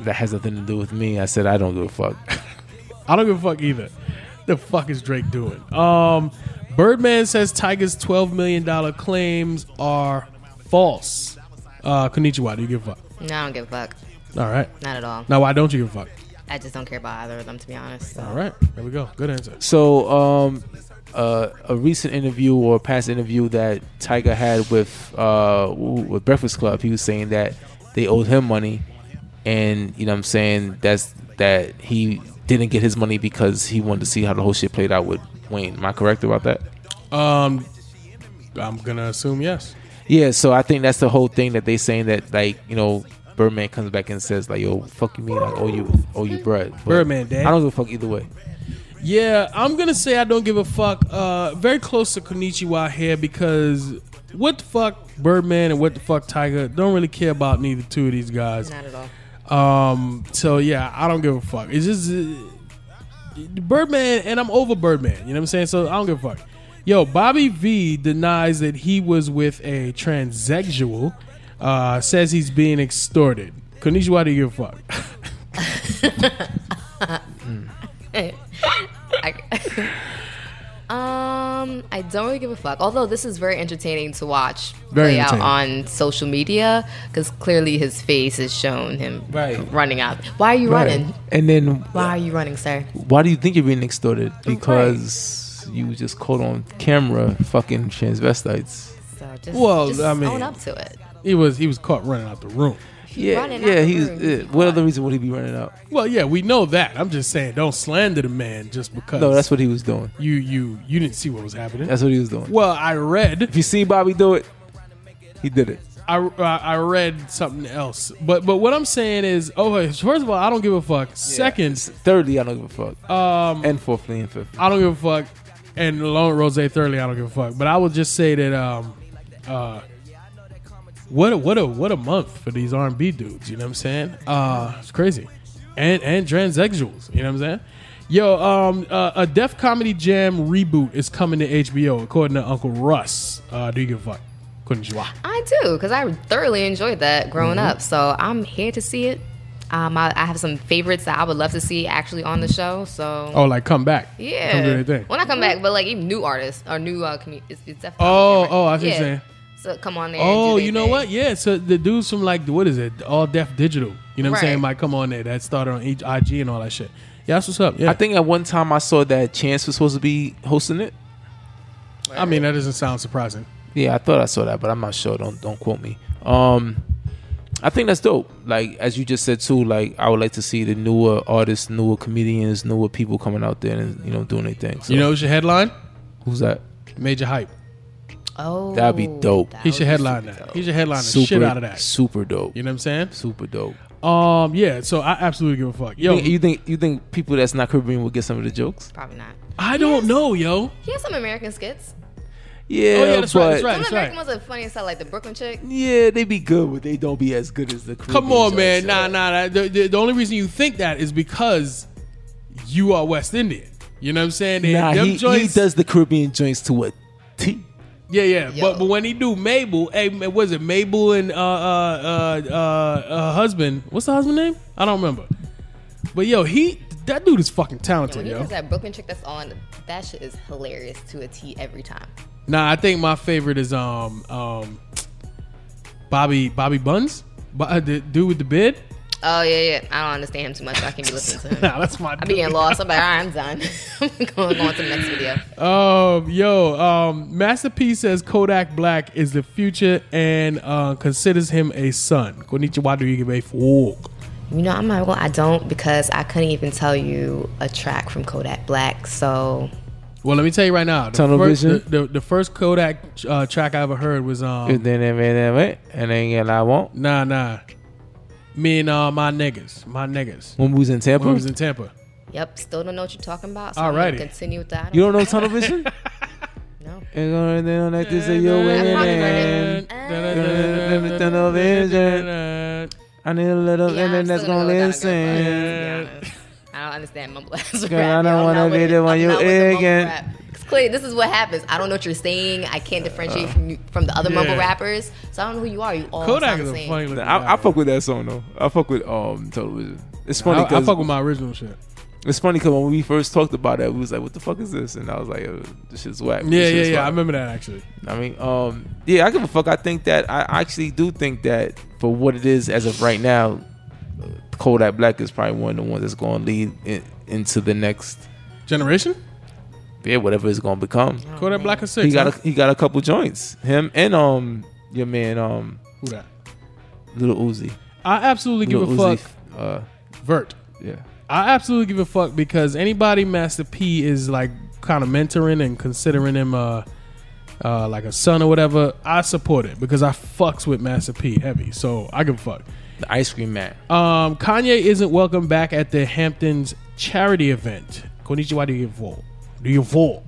Speaker 3: That has nothing to do with me. I said I don't give a fuck.
Speaker 2: I don't give a fuck either. The fuck is Drake doing? Um, Birdman says Tiger's twelve million dollar claims are false. Uh, Konnichiwa, do you give a fuck?
Speaker 4: No, I don't give a fuck.
Speaker 2: All right.
Speaker 4: Not at all.
Speaker 2: Now, why don't you give a fuck?
Speaker 4: I just don't care about either of them, to be honest. So.
Speaker 2: All right, there we go. Good answer.
Speaker 3: So, um, uh, a recent interview or past interview that Tiger had with uh, with Breakfast Club, he was saying that they owed him money, and you know what I'm saying that's that he didn't get his money because he wanted to see how the whole shit played out with Wayne. Am I correct about that?
Speaker 2: Um, I'm gonna assume yes.
Speaker 3: Yeah. So I think that's the whole thing that they saying that like you know. Birdman comes back and says like, "Yo, fuck you mean I owe you owe you bread." But
Speaker 2: Birdman, dad.
Speaker 3: I don't give a fuck either way.
Speaker 2: Yeah, I'm gonna say I don't give a fuck. Uh, very close to Konichiwa here because what the fuck Birdman and what the fuck Tiger don't really care about neither two of these guys.
Speaker 4: Not at all.
Speaker 2: Um. So yeah, I don't give a fuck. It's just uh, Birdman, and I'm over Birdman. You know what I'm saying? So I don't give a fuck. Yo, Bobby V denies that he was with a transsexual. Uh, says he's being extorted. Konnichiwa, do you give a fuck?
Speaker 4: I- um, I don't really give a fuck. Although this is very entertaining to watch
Speaker 2: Very
Speaker 4: play out
Speaker 2: entertaining.
Speaker 4: on social media because clearly his face is showing him
Speaker 3: Right.
Speaker 4: running out. Why are you running?
Speaker 3: And then
Speaker 4: Why are you running, sir?
Speaker 3: Why do you think you're being extorted? Because you just caught on camera fucking transvestites.
Speaker 4: So just,
Speaker 2: Well,
Speaker 4: just
Speaker 2: I mean-
Speaker 4: own up to it.
Speaker 2: he was he was caught running out the room.
Speaker 3: Yeah,
Speaker 4: running out
Speaker 3: yeah.
Speaker 4: the
Speaker 3: He's
Speaker 4: room.
Speaker 3: yeah, what other reason would he be running out?
Speaker 2: Well, yeah, we know that. I'm just saying, don't slander the man just because.
Speaker 3: No, that's what he was doing.
Speaker 2: you you you didn't see what was happening.
Speaker 3: That's what he was doing.
Speaker 2: well, I read.
Speaker 3: If you see Bobby do it, he did it.
Speaker 2: I, I I read something else, but but what I'm saying is, okay. First of all, I don't give a fuck. Second,
Speaker 3: Thirdly, I don't give a fuck.
Speaker 2: um,
Speaker 3: and fourthly and fifthly.
Speaker 2: I don't give a fuck. And along with Rose, thirdly, I don't give a fuck. But I would just say that, um, uh, what a what a what a month for these R and B dudes. You know what I'm saying? Uh, it's crazy, and and transsexuals. You know what I'm saying? Yo, um, uh, a Def Comedy Jam reboot is coming to HBO, according to Uncle Russ. Uh, do you give a fuck? Konnichiwa.
Speaker 4: I do because I thoroughly enjoyed that growing up. So I'm here to see it. Um, I, I have some favorites that I would love to see actually on the show. So
Speaker 2: Oh, like come back.
Speaker 4: Yeah.
Speaker 2: Come do their thing.
Speaker 4: When I come back, but like even new artists or new uh, commu- it's, it's definitely.
Speaker 2: Oh,
Speaker 4: different.
Speaker 2: oh, I see what you're saying.
Speaker 4: So come on there. and do
Speaker 2: Oh,
Speaker 4: they
Speaker 2: you know
Speaker 4: thing.
Speaker 2: what? Yeah, so the dudes from like what is it? All Deaf Digital. You know what I'm saying?
Speaker 4: Right.
Speaker 2: Might come on there. That started on each IG and all that shit. Yeah, that's what's up. Yeah,
Speaker 3: I think at one time I saw that Chance was supposed to be hosting it.
Speaker 2: I mean that doesn't sound surprising.
Speaker 3: Yeah, I thought I saw that, but I'm not sure. Don't don't quote me. Um, I think that's dope. Like as you just said too. Like I would like to see the newer artists, newer comedians, newer people coming out there and you know doing their thing. So,
Speaker 2: You know, what's your headline?
Speaker 3: who's that?
Speaker 2: Major hype.
Speaker 4: Oh,
Speaker 3: That'd be dope.
Speaker 4: that
Speaker 2: He
Speaker 4: would
Speaker 2: should
Speaker 4: be
Speaker 2: headline
Speaker 4: super
Speaker 2: that.
Speaker 4: dope.
Speaker 2: He should headline the shit out of that.
Speaker 3: super dope.
Speaker 2: You know what I'm saying?
Speaker 3: super dope.
Speaker 2: Um, yeah. So I absolutely give a fuck. Yo,
Speaker 3: You think, you think you think people that's not Caribbean will get some of the jokes?
Speaker 4: Probably not.
Speaker 2: I don't know, yo.
Speaker 4: He has some American skits.
Speaker 3: Yeah,
Speaker 2: Oh, yeah, that's
Speaker 3: but
Speaker 2: right, that's right.
Speaker 4: Some American ones are funny as hell, like the Brooklyn chick.
Speaker 3: yeah, they be good, but they don't be as good as the. Caribbean
Speaker 2: Come on,
Speaker 3: jokes.
Speaker 2: man. Nah, nah. nah. The, the, the only reason you think that is because you are West Indian. You know what I'm saying? And
Speaker 3: Nah,
Speaker 2: them
Speaker 3: he,
Speaker 2: joints-
Speaker 3: he does the Caribbean joints to a T.
Speaker 2: Yeah, yeah.
Speaker 4: Yo.
Speaker 2: But but when he do Mabel, hey, ma- was it Mabel and uh uh uh uh, uh husband? What's the husband name? I don't remember. But yo, he that dude is fucking
Speaker 4: When
Speaker 2: talented,
Speaker 4: he
Speaker 2: yo.
Speaker 4: does that Brooklyn chick that's on, that shit is hilarious to a T every time.
Speaker 2: Nah, I think my favorite is um um Bobby Bobby Buns, Bo- uh, the dude with the bid.
Speaker 4: Oh yeah, yeah. I don't understand him too much. So I can't be listening to him.
Speaker 2: Nah, that's my.
Speaker 4: I be getting lost. I'm like, all right, I'm done. I'm going on to the next video.
Speaker 2: Um, yo, um, Master P says Kodak Black is the future and uh, considers him a son. Konnichiwa, do you give a fuck?
Speaker 4: You know, I'm not going. I don't because I couldn't even tell you a track from Kodak Black. So
Speaker 2: Well, let me tell you right now. The
Speaker 3: Tunnel
Speaker 2: first,
Speaker 3: vision?
Speaker 2: The, the, the first Kodak uh, track I ever heard was um,
Speaker 3: And then yeah, I won't.
Speaker 2: Nah Nah. Me and uh, my niggas, my niggas.
Speaker 3: When we was in Tampa,
Speaker 2: When we was in Tampa.
Speaker 4: Yep, still don't know what you're talking about. So I'm gonna
Speaker 2: Alrighty.
Speaker 4: continue with that.
Speaker 3: you don't know Tunnel Vision.
Speaker 4: No.
Speaker 3: And gonna do like this, and you're winning.
Speaker 4: copyrighted.
Speaker 3: Tunnel Vision. I need a little
Speaker 4: Yeah, I'm
Speaker 3: internet that's
Speaker 4: still
Speaker 3: gonna
Speaker 4: gonna go down a
Speaker 3: listen.
Speaker 4: girl, but, to be honest, I don't understand mumble ass rap.
Speaker 3: Girl, I don't
Speaker 4: yo. I'm
Speaker 3: wanna
Speaker 4: not
Speaker 3: be
Speaker 4: with
Speaker 3: the
Speaker 4: it.
Speaker 3: one
Speaker 4: I'm
Speaker 3: you
Speaker 4: not with the mumble
Speaker 3: again.
Speaker 4: rap. 'Cause Clearly, this is what happens. I don't know what you're saying. I can't
Speaker 3: Uh,
Speaker 4: differentiate from you, from the other mumble
Speaker 2: yeah.
Speaker 4: rappers. So I don't know who you are. You all
Speaker 2: Kodak
Speaker 4: sound
Speaker 2: is
Speaker 4: the
Speaker 2: a
Speaker 4: same.
Speaker 2: funny looking
Speaker 3: I, I
Speaker 2: guy.
Speaker 3: fuck with that song though. I fuck with um Tunnel Vision. It's funny
Speaker 2: I, I fuck with
Speaker 3: because
Speaker 2: my original shit.
Speaker 3: it's funny 'cause when we first talked about that, we was like, "What the fuck is this?" And I was like, "Yo, "This shit's whack."
Speaker 2: Yeah,
Speaker 3: This
Speaker 2: yeah,
Speaker 3: shit's
Speaker 2: yeah.
Speaker 3: whack.
Speaker 2: I remember that actually.
Speaker 3: I mean, um, yeah, I give a fuck. I think that I actually do think that for what it is as of right now, Kodak Black is probably one of the ones that's going to lead in, into the next,
Speaker 2: Generation?
Speaker 3: yeah, whatever it's going to become.
Speaker 2: Kodak Black and Six.
Speaker 3: He got
Speaker 2: huh?
Speaker 3: a, he got a couple joints. Him and um your man um
Speaker 2: Who that?
Speaker 3: Little Uzi.
Speaker 2: I absolutely give
Speaker 3: Lil
Speaker 2: a
Speaker 3: Uzi,
Speaker 2: fuck.
Speaker 3: Uh,
Speaker 2: Vert.
Speaker 3: yeah.
Speaker 2: I absolutely give a fuck because anybody Master P is like kind of mentoring and considering him uh, uh, like a son or whatever. I support it because I fucks with Master P heavy, so I give a fuck.
Speaker 3: The ice cream man.
Speaker 2: Um, Kanye isn't welcome back at the Hamptons charity event. Konnichiwa, do you give a fuck? Do you give a fuck?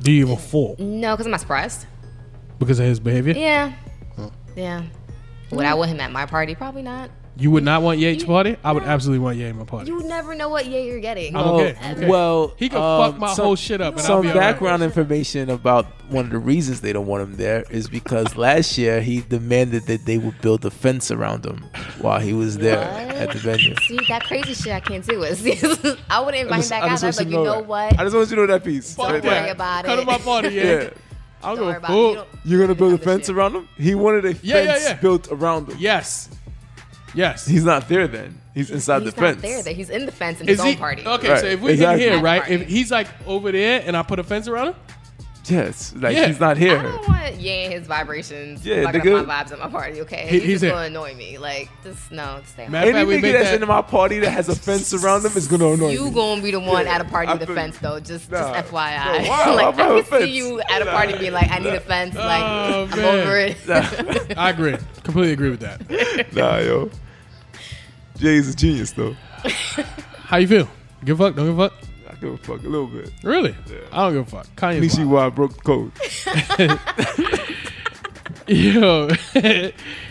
Speaker 2: Do you give a fuck
Speaker 4: No, because I'm not surprised.
Speaker 2: because of his behavior?
Speaker 4: Yeah. Yeah. Would I want him at my party? Probably not.
Speaker 2: You would not want Ye at your party. I would absolutely want Ye at my party.
Speaker 4: You never know what yay you're getting.
Speaker 2: I'm okay.
Speaker 4: Oh,
Speaker 2: okay.
Speaker 3: Well,
Speaker 2: he can
Speaker 3: um,
Speaker 2: fuck my
Speaker 3: some-
Speaker 2: whole shit up. And I'll
Speaker 3: Some
Speaker 2: be all right.
Speaker 3: background information about one of the reasons they don't want him there is because last year he demanded that they would build a fence around him while he was there at the venue.
Speaker 4: See, that crazy shit I can't do it. See, I wouldn't invite him back
Speaker 3: I
Speaker 4: out.
Speaker 3: just
Speaker 4: I'd
Speaker 3: want
Speaker 4: be like,
Speaker 3: you
Speaker 4: you know
Speaker 3: that.
Speaker 4: what?
Speaker 3: I just want you to know that piece.
Speaker 2: Fuck
Speaker 3: right
Speaker 4: worry
Speaker 3: there.
Speaker 4: about
Speaker 2: Cut
Speaker 4: it.
Speaker 2: him my party, yeah.
Speaker 3: Yeah.
Speaker 2: I'm
Speaker 4: Don't worry
Speaker 2: gonna
Speaker 4: about it. You
Speaker 2: fuck.
Speaker 4: don't-
Speaker 3: You're gonna build a
Speaker 4: Other
Speaker 3: fence
Speaker 4: shit.
Speaker 3: around him. He wanted a
Speaker 2: Yeah, yeah,
Speaker 3: fence
Speaker 2: yeah.
Speaker 3: built around him.
Speaker 2: Yes. Yes.
Speaker 3: He's not there then. He's inside
Speaker 4: He's
Speaker 3: the fence.
Speaker 4: not there. That he's in the fence in
Speaker 2: Is
Speaker 4: his
Speaker 2: he
Speaker 4: own party.
Speaker 2: okay?
Speaker 3: Right,
Speaker 2: So if we're
Speaker 3: exactly.
Speaker 2: in here,
Speaker 4: My
Speaker 2: right?
Speaker 4: party.
Speaker 2: If he's like over there, and I put a fence around him,
Speaker 3: Yes, like
Speaker 2: Yeah.
Speaker 3: he's not
Speaker 4: I
Speaker 3: here.
Speaker 4: don't want yay and his vibrations
Speaker 3: Yeah,
Speaker 4: yeah, fucking
Speaker 3: nigga.
Speaker 4: up my vibes at my party. Okay,
Speaker 2: He-
Speaker 4: he's,
Speaker 2: he's
Speaker 4: just
Speaker 2: here.
Speaker 4: gonna annoy me. Like, just no, stay home.
Speaker 2: Matter
Speaker 3: Any
Speaker 2: of fact, we
Speaker 3: nigga
Speaker 2: make
Speaker 3: that's
Speaker 2: that.
Speaker 3: in my party that has a fence around him is gonna annoy
Speaker 4: You
Speaker 3: me.
Speaker 4: gonna be the one
Speaker 3: Yeah,
Speaker 4: at a party
Speaker 3: I
Speaker 4: with a
Speaker 3: feel-
Speaker 4: fence though. Just,
Speaker 3: Nah.
Speaker 4: just FYI.
Speaker 3: Yo, wow,
Speaker 4: like,
Speaker 3: I'm
Speaker 4: I
Speaker 3: a
Speaker 4: can
Speaker 3: fence.
Speaker 4: see you at a party being like, I need a fence. Like,
Speaker 2: Oh,
Speaker 4: I'm
Speaker 2: man.
Speaker 4: over it.
Speaker 2: I agree. Completely agree with that.
Speaker 3: nah, yo. Jay's a genius though.
Speaker 2: How you feel? Give a fuck? Don't give a fuck?
Speaker 3: I give a fuck a little bit.
Speaker 2: Really? I don't give a fuck.
Speaker 3: At least
Speaker 2: Kanye's
Speaker 3: you
Speaker 2: wild.
Speaker 3: why I broke the code.
Speaker 2: Yo,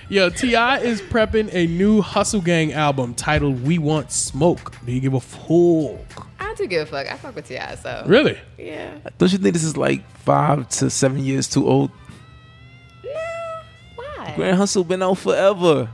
Speaker 2: yo, Ti is prepping a new Hustle Gang album titled "We Want Smoke." Do you give a fuck?
Speaker 4: I do give a fuck. I fuck with Ti, so
Speaker 2: Really?
Speaker 4: yeah.
Speaker 3: Don't you think this is like five to seven years too old?
Speaker 4: Why?
Speaker 3: Grand Hustle been out forever.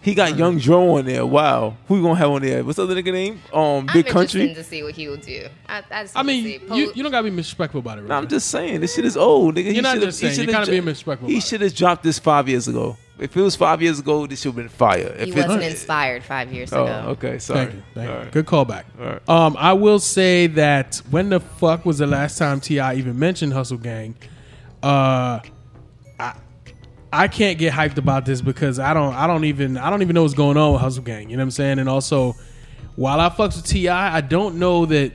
Speaker 3: He got Young Dro on there. Wow. Who we gonna have on there? What's the other nigga name? Um,
Speaker 4: I'm
Speaker 3: Big
Speaker 4: interested
Speaker 3: Country.
Speaker 4: to see what he will do. I, I just
Speaker 2: I
Speaker 4: wanna
Speaker 2: mean,
Speaker 4: see.
Speaker 2: you,
Speaker 4: Po-
Speaker 2: you don't gotta be disrespectful about it. Really.
Speaker 3: Nah, I'm just saying this shit is old, nigga.
Speaker 2: You're not just saying. You're kinda being disrespectful
Speaker 3: He
Speaker 2: about it.
Speaker 3: should have dropped this five years ago. If it was five years ago, this should have been fire. If
Speaker 4: he
Speaker 3: it-
Speaker 4: wasn't inspired five years
Speaker 3: Oh,
Speaker 4: ago.
Speaker 3: okay. Sorry.
Speaker 2: Thank you. Thank
Speaker 3: All
Speaker 2: you.
Speaker 3: right.
Speaker 2: Good callback.
Speaker 3: right.
Speaker 2: Um, I will say that when the fuck was the last time Ti even mentioned Hustle Gang? Uh, I I can't get hyped about this because I don't I don't even I don't even know what's going on with Hustle Gang. You know what I'm saying? And also, while I fucks with Ti, I don't know that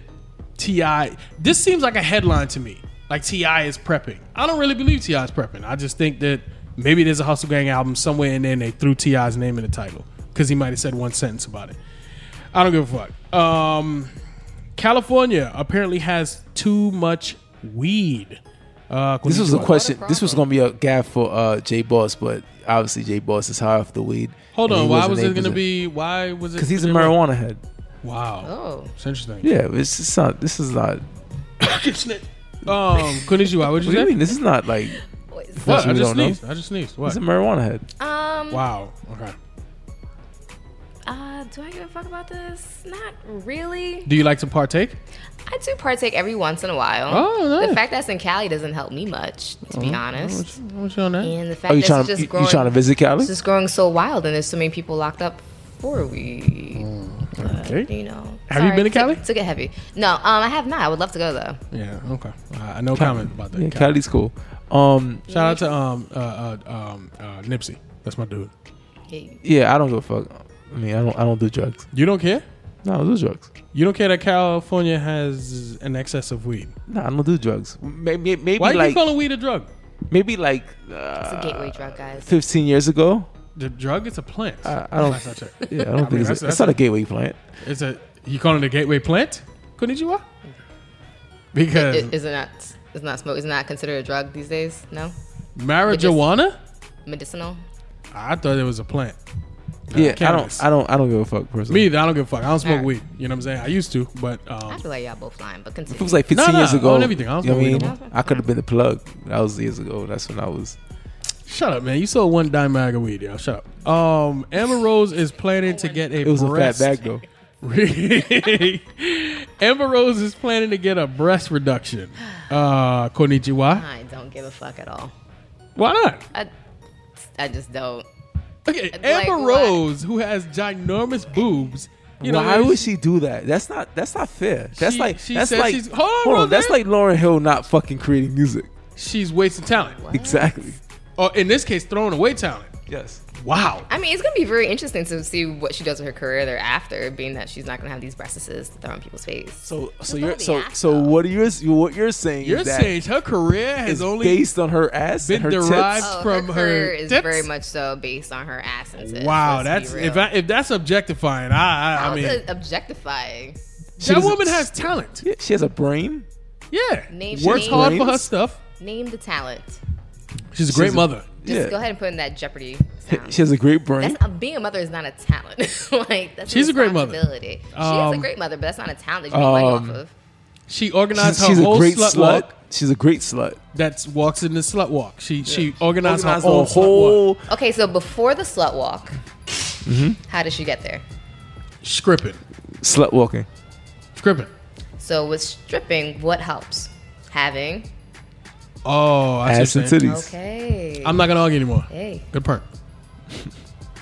Speaker 2: Ti. This seems like a headline to me. Like Ti is prepping. I don't really believe Ti is prepping. I just think that maybe there's a Hustle Gang album somewhere in there and they threw Ti's name in the title. because he might have said one sentence about it. I don't give a fuck. Um, California apparently has too much weed. Uh,
Speaker 3: This was a
Speaker 2: konnichiwa.
Speaker 3: question. This was going to be a gap for uh, J Boss, but obviously J Boss is high off the weed.
Speaker 2: Hold
Speaker 3: and
Speaker 2: on.
Speaker 3: he
Speaker 2: Why
Speaker 3: wasn't
Speaker 2: was it
Speaker 3: able
Speaker 2: going to
Speaker 3: to-
Speaker 2: be? Why was it?
Speaker 3: Because he's a marijuana head.
Speaker 2: Wow.
Speaker 4: Oh.
Speaker 2: It's interesting.
Speaker 3: Yeah, it's just not. This is not.
Speaker 2: Um, konnichiwa. What'd you
Speaker 3: What do
Speaker 2: say?
Speaker 3: you mean? This is not like.
Speaker 2: What?
Speaker 3: Actually,
Speaker 2: I
Speaker 3: we
Speaker 2: just
Speaker 3: don't know.
Speaker 2: sneezed. I just sneezed. What?
Speaker 3: He's a marijuana head.
Speaker 4: Um.
Speaker 2: wow. Okay.
Speaker 4: Uh, do I give a fuck about this? Not really.
Speaker 2: Do you like to partake?
Speaker 4: I do partake every once in a while.
Speaker 2: Oh, nice. Oh,
Speaker 4: The fact that's in Cali doesn't help me much, to be honest.
Speaker 2: What's your name?
Speaker 4: And the fact
Speaker 3: Are Oh,
Speaker 4: that
Speaker 3: you
Speaker 4: it's
Speaker 3: trying to
Speaker 4: just
Speaker 3: you,
Speaker 4: growing,
Speaker 3: you trying to visit Cali?
Speaker 4: it's just growing so wild, and there's so many people locked up for weed. But,
Speaker 2: Mm, okay.
Speaker 4: you know,
Speaker 2: Have you been to Cali?
Speaker 4: Took, took it heavy. No, um, I have not. I would love to go though.
Speaker 2: Yeah. Okay. Uh, I know comment about that.
Speaker 3: Yeah, Cali's cool. Um,
Speaker 2: Shout out to um uh, uh um uh Nipsey. That's my dude.
Speaker 4: Hey,
Speaker 3: yeah, I don't give a fuck. I mean, I don't. I don't do drugs.
Speaker 2: You don't care?
Speaker 3: No, I don't do drugs.
Speaker 2: You don't care that California has an excess of weed.
Speaker 3: No, I don't do drugs. Maybe, maybe
Speaker 2: Why are you
Speaker 3: like
Speaker 2: calling weed a drug?
Speaker 3: maybe like
Speaker 4: It's
Speaker 3: uh,
Speaker 4: a gateway drug, guys.
Speaker 3: 15 years ago.
Speaker 2: The drug is a plant.
Speaker 3: I, I don't.
Speaker 2: Last I checked.
Speaker 3: Yeah, I don't think
Speaker 2: mean,
Speaker 3: it's,
Speaker 2: that's-
Speaker 3: a,
Speaker 2: that's
Speaker 3: it's not
Speaker 2: a-
Speaker 3: a gateway plant.
Speaker 2: It's a you calling it a gateway plant? Konnichiwa? Because
Speaker 4: It, is it not? It's not smoke. Is not considered a drug these days? No,
Speaker 2: marijuana?
Speaker 4: medicinal.
Speaker 2: I thought it was a plant.
Speaker 3: yeah, I
Speaker 2: cannabis.
Speaker 3: don't. I don't. I don't give a fuck personally.
Speaker 2: Me, either, I don't give a fuck. I don't smoke
Speaker 4: Alright.
Speaker 2: weed. You know what I'm saying? I used to, but
Speaker 4: I
Speaker 2: um,
Speaker 4: feel like y'all both lying, but
Speaker 3: If it
Speaker 4: continue.
Speaker 3: was like 15
Speaker 2: No, no,
Speaker 3: years
Speaker 2: I
Speaker 3: ago,
Speaker 2: own everything. I don't
Speaker 3: you know what I
Speaker 2: smoke
Speaker 3: mean?
Speaker 2: weed
Speaker 4: no more.
Speaker 3: I could have been the plug. That was years ago. That's when I was.
Speaker 2: shut up, man. You sold one dime bag of weed, yo. Shut up. Um, Amber Rose is planning to get a
Speaker 3: It was
Speaker 2: breast.
Speaker 3: a fat bag though.
Speaker 2: Amber Rose is planning to get a breast reduction. Uh, konnichiwa.
Speaker 4: I don't give a fuck at all.
Speaker 2: Why not?
Speaker 4: I, I just don't.
Speaker 2: Okay,
Speaker 4: Like
Speaker 2: Amber
Speaker 4: what?
Speaker 2: Rose, who has ginormous boobs. You know,
Speaker 3: Why
Speaker 2: is-
Speaker 3: would she do that? That's not. That's not fair. That's
Speaker 2: She-
Speaker 3: like.
Speaker 2: she
Speaker 3: that's
Speaker 2: said
Speaker 3: like.
Speaker 2: she's- Hold on, brother.
Speaker 3: That's like Lauren Hill not fucking creating music.
Speaker 2: she's wasting talent,
Speaker 3: Exactly.
Speaker 2: or in this case, throwing away talent.
Speaker 3: Yes.
Speaker 2: Wow.
Speaker 4: I mean, it's gonna be very interesting to see what she does with her career thereafter, being that she's not gonna have these breastises to throw in people's face.
Speaker 3: So so
Speaker 4: Just
Speaker 3: you're
Speaker 4: on the
Speaker 3: so
Speaker 4: ass,
Speaker 3: so
Speaker 4: though.
Speaker 3: what are you what you're saying?
Speaker 2: You're
Speaker 3: is that
Speaker 2: saying her career has
Speaker 3: is
Speaker 2: only
Speaker 3: based on her ass
Speaker 2: been
Speaker 3: and her
Speaker 2: derived-
Speaker 3: tips.
Speaker 4: Oh,
Speaker 2: From her
Speaker 4: her career is
Speaker 2: tits?
Speaker 4: very much so based on her ass and tits.
Speaker 2: wow.
Speaker 4: let's
Speaker 2: That's
Speaker 4: be
Speaker 2: if
Speaker 4: real.
Speaker 2: I, if that's objectifying. I I, I
Speaker 4: How is
Speaker 2: mean,
Speaker 4: it objectifying.
Speaker 3: She
Speaker 2: that
Speaker 3: doesn't-
Speaker 2: woman has talent.
Speaker 3: Yeah, she has a brain.
Speaker 2: Yeah,
Speaker 4: Name-
Speaker 2: works
Speaker 4: name-
Speaker 2: hard for her
Speaker 3: Brains?
Speaker 2: stuff.
Speaker 4: Name the talent.
Speaker 2: She's a great
Speaker 3: She's a-
Speaker 2: mother.
Speaker 4: Just
Speaker 3: yeah,
Speaker 4: go ahead and put in that Jeopardy sound.
Speaker 3: she has a great brain.
Speaker 4: That's, uh, being a mother is not a talent. like that's
Speaker 2: She's a great mother.
Speaker 4: responsibility. She is
Speaker 2: Um,
Speaker 4: a great mother, but that's not a talent that you can um,
Speaker 3: um,
Speaker 4: off of.
Speaker 2: She organized her
Speaker 3: She's, she's a
Speaker 2: whole
Speaker 3: great
Speaker 2: slut,
Speaker 3: slut.
Speaker 2: walk
Speaker 3: She's a great slut.
Speaker 2: that walks in the slut walk. She she organized,
Speaker 3: Organized
Speaker 2: her own
Speaker 3: a
Speaker 2: whole
Speaker 3: whole.
Speaker 4: Okay, so before the slut walk,
Speaker 2: Mm-hmm.
Speaker 4: how did she get there?
Speaker 2: scripping,
Speaker 3: Slut walking.
Speaker 2: scripping.
Speaker 4: So with stripping, what helps? Having
Speaker 2: Oh, I see
Speaker 3: Ass
Speaker 2: what
Speaker 3: and
Speaker 2: you're saying.
Speaker 3: titties.
Speaker 4: okay.
Speaker 2: I'm not gonna argue anymore.
Speaker 4: hey,
Speaker 2: Good perk.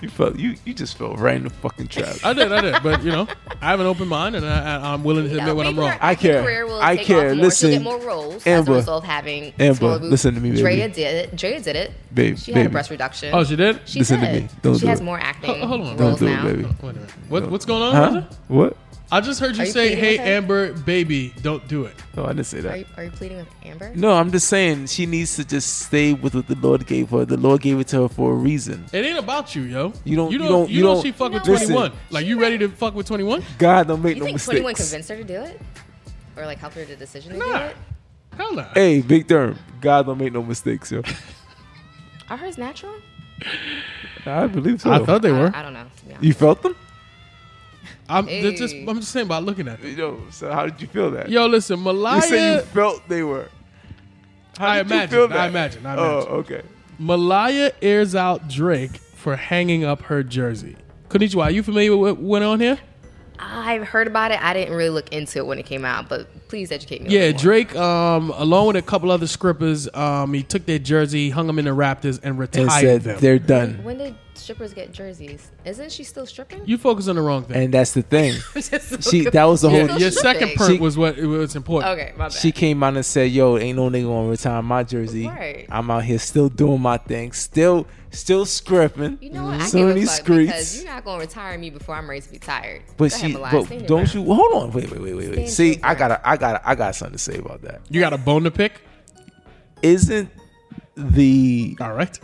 Speaker 3: You felt you you just fell right in the fucking trap.
Speaker 2: I did, I did, but you know, I have an open mind and I, I, I'm willing to admit
Speaker 4: No,
Speaker 2: when I'm
Speaker 4: maybe
Speaker 2: wrong.
Speaker 4: her
Speaker 3: I
Speaker 4: acting
Speaker 3: care.
Speaker 4: Career will
Speaker 3: I
Speaker 4: take
Speaker 3: care.
Speaker 4: Off more.
Speaker 3: Listen,
Speaker 4: She'll get more roles
Speaker 3: Amber.
Speaker 4: as a result of having.
Speaker 3: Amber,
Speaker 4: smaller boobs.
Speaker 3: listen to me, baby.
Speaker 4: Drea did it. Drea did it.
Speaker 3: Babe,
Speaker 4: She had a
Speaker 3: baby.
Speaker 4: breast reduction.
Speaker 2: oh, she did.
Speaker 4: She
Speaker 3: Listen to
Speaker 4: did.
Speaker 3: me. Don't
Speaker 4: she
Speaker 3: do
Speaker 4: has
Speaker 3: it.
Speaker 4: more acting
Speaker 2: Ho- hold on.
Speaker 3: Don't
Speaker 4: roles
Speaker 3: do
Speaker 4: now.
Speaker 3: it, baby.
Speaker 2: Wait a minute. What, what's going on?
Speaker 3: Huh?
Speaker 2: Roger?
Speaker 3: What?
Speaker 2: I just heard you
Speaker 4: Are you
Speaker 2: say,
Speaker 4: pleading
Speaker 2: "Hey,
Speaker 4: with her?"
Speaker 2: Amber, baby, don't do it."
Speaker 3: No, I didn't say
Speaker 4: Are
Speaker 3: that.
Speaker 4: you, are you pleading with Amber?
Speaker 3: No, I'm just saying she needs to just stay with what the Lord gave her. The Lord gave it to her for a reason.
Speaker 2: It ain't about you, yo.
Speaker 3: You don't-
Speaker 2: You
Speaker 3: you
Speaker 2: know.
Speaker 3: don't-
Speaker 2: You,
Speaker 3: you
Speaker 2: know
Speaker 3: don't-
Speaker 2: she fuck with
Speaker 3: listen.
Speaker 2: 21. Like you ready to fuck with 21?
Speaker 3: God don't make
Speaker 4: You
Speaker 3: no
Speaker 4: think 21
Speaker 3: mistakes.
Speaker 4: convinced her to do it, or like helped her to decision to do
Speaker 2: Nah.
Speaker 4: it?
Speaker 2: Hell no.
Speaker 3: Hey, Big Derm, God don't make no mistakes, yo.
Speaker 4: Are hers natural?
Speaker 3: I believe so.
Speaker 2: I thought they
Speaker 4: I,
Speaker 2: were.
Speaker 4: I don't know. To be honest.
Speaker 3: you felt them.
Speaker 2: I'm they're just.
Speaker 4: Hey.
Speaker 2: I'm just saying by looking at it.
Speaker 3: Yo, so how did you feel that?
Speaker 2: Yo, listen,
Speaker 3: you said you
Speaker 2: Malaya.
Speaker 3: felt they were. How
Speaker 2: uh, I
Speaker 3: did you
Speaker 2: imagine,
Speaker 3: feel that?
Speaker 2: I imagine, I
Speaker 3: Oh,
Speaker 2: imagine.
Speaker 3: okay.
Speaker 2: Malaya airs out Drake for hanging up her jersey. Konnichiwa, are you familiar with what went on here?
Speaker 4: I've heard about it. I didn't really look into it when it came out, but please educate me. a
Speaker 2: Yeah,
Speaker 4: little more.
Speaker 2: Drake, um, along with a couple other strippers, um, he took their jersey, hung them in the Raptors, and retired
Speaker 3: And said
Speaker 2: them.
Speaker 3: they're done.
Speaker 4: When did strippers get jerseys? Isn't she still stripping?
Speaker 2: You focus on the wrong thing.
Speaker 3: And that's the thing.
Speaker 4: Just so
Speaker 3: She that was the whole.
Speaker 2: yeah, your
Speaker 4: She-
Speaker 2: second perk
Speaker 3: she-
Speaker 2: was what was important.
Speaker 4: Okay, my bad.
Speaker 3: She came out and said, "Yo, ain't no nigga gonna retire my jersey.
Speaker 4: Right.
Speaker 3: I'm out here still doing my thing, still, still scripping.
Speaker 4: you know what? I
Speaker 3: Mm-hmm. So
Speaker 4: give
Speaker 3: many
Speaker 4: a fuck because
Speaker 3: screeds.
Speaker 4: you're not gonna retire me before I'm ready to be tired.
Speaker 3: But
Speaker 4: Go
Speaker 3: she,
Speaker 4: ahead, Malak,
Speaker 3: but
Speaker 4: stand your
Speaker 3: don't
Speaker 4: ground.
Speaker 3: you? Hold on, wait, wait, wait, wait, wait.
Speaker 4: Stand
Speaker 3: See,
Speaker 4: your
Speaker 3: I
Speaker 4: ground.
Speaker 3: gotta, I gotta, I got something to say about that.
Speaker 2: You got a bone to pick.
Speaker 3: Isn't the
Speaker 2: All right.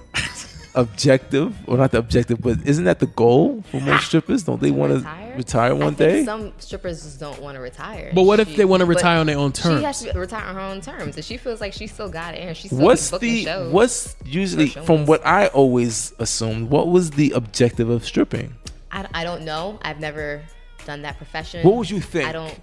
Speaker 3: objective, or not the objective, but isn't that the goal for most strippers? Don't they want to retire
Speaker 4: I
Speaker 3: one
Speaker 4: think
Speaker 3: day?
Speaker 4: Some strippers just don't want to retire.
Speaker 2: But what if
Speaker 4: She-
Speaker 2: they wanna
Speaker 4: but
Speaker 2: retire on their own
Speaker 4: She has
Speaker 2: terms?
Speaker 4: to retire on her own terms, and she feels like she still got it, and she's still
Speaker 3: What's
Speaker 4: booking
Speaker 3: the
Speaker 4: shows.
Speaker 3: what's usually
Speaker 4: shows.
Speaker 3: from what I always assumed? What was the objective of stripping?
Speaker 4: I, I don't know. I've never done that profession.
Speaker 3: What would you think?
Speaker 4: I don't.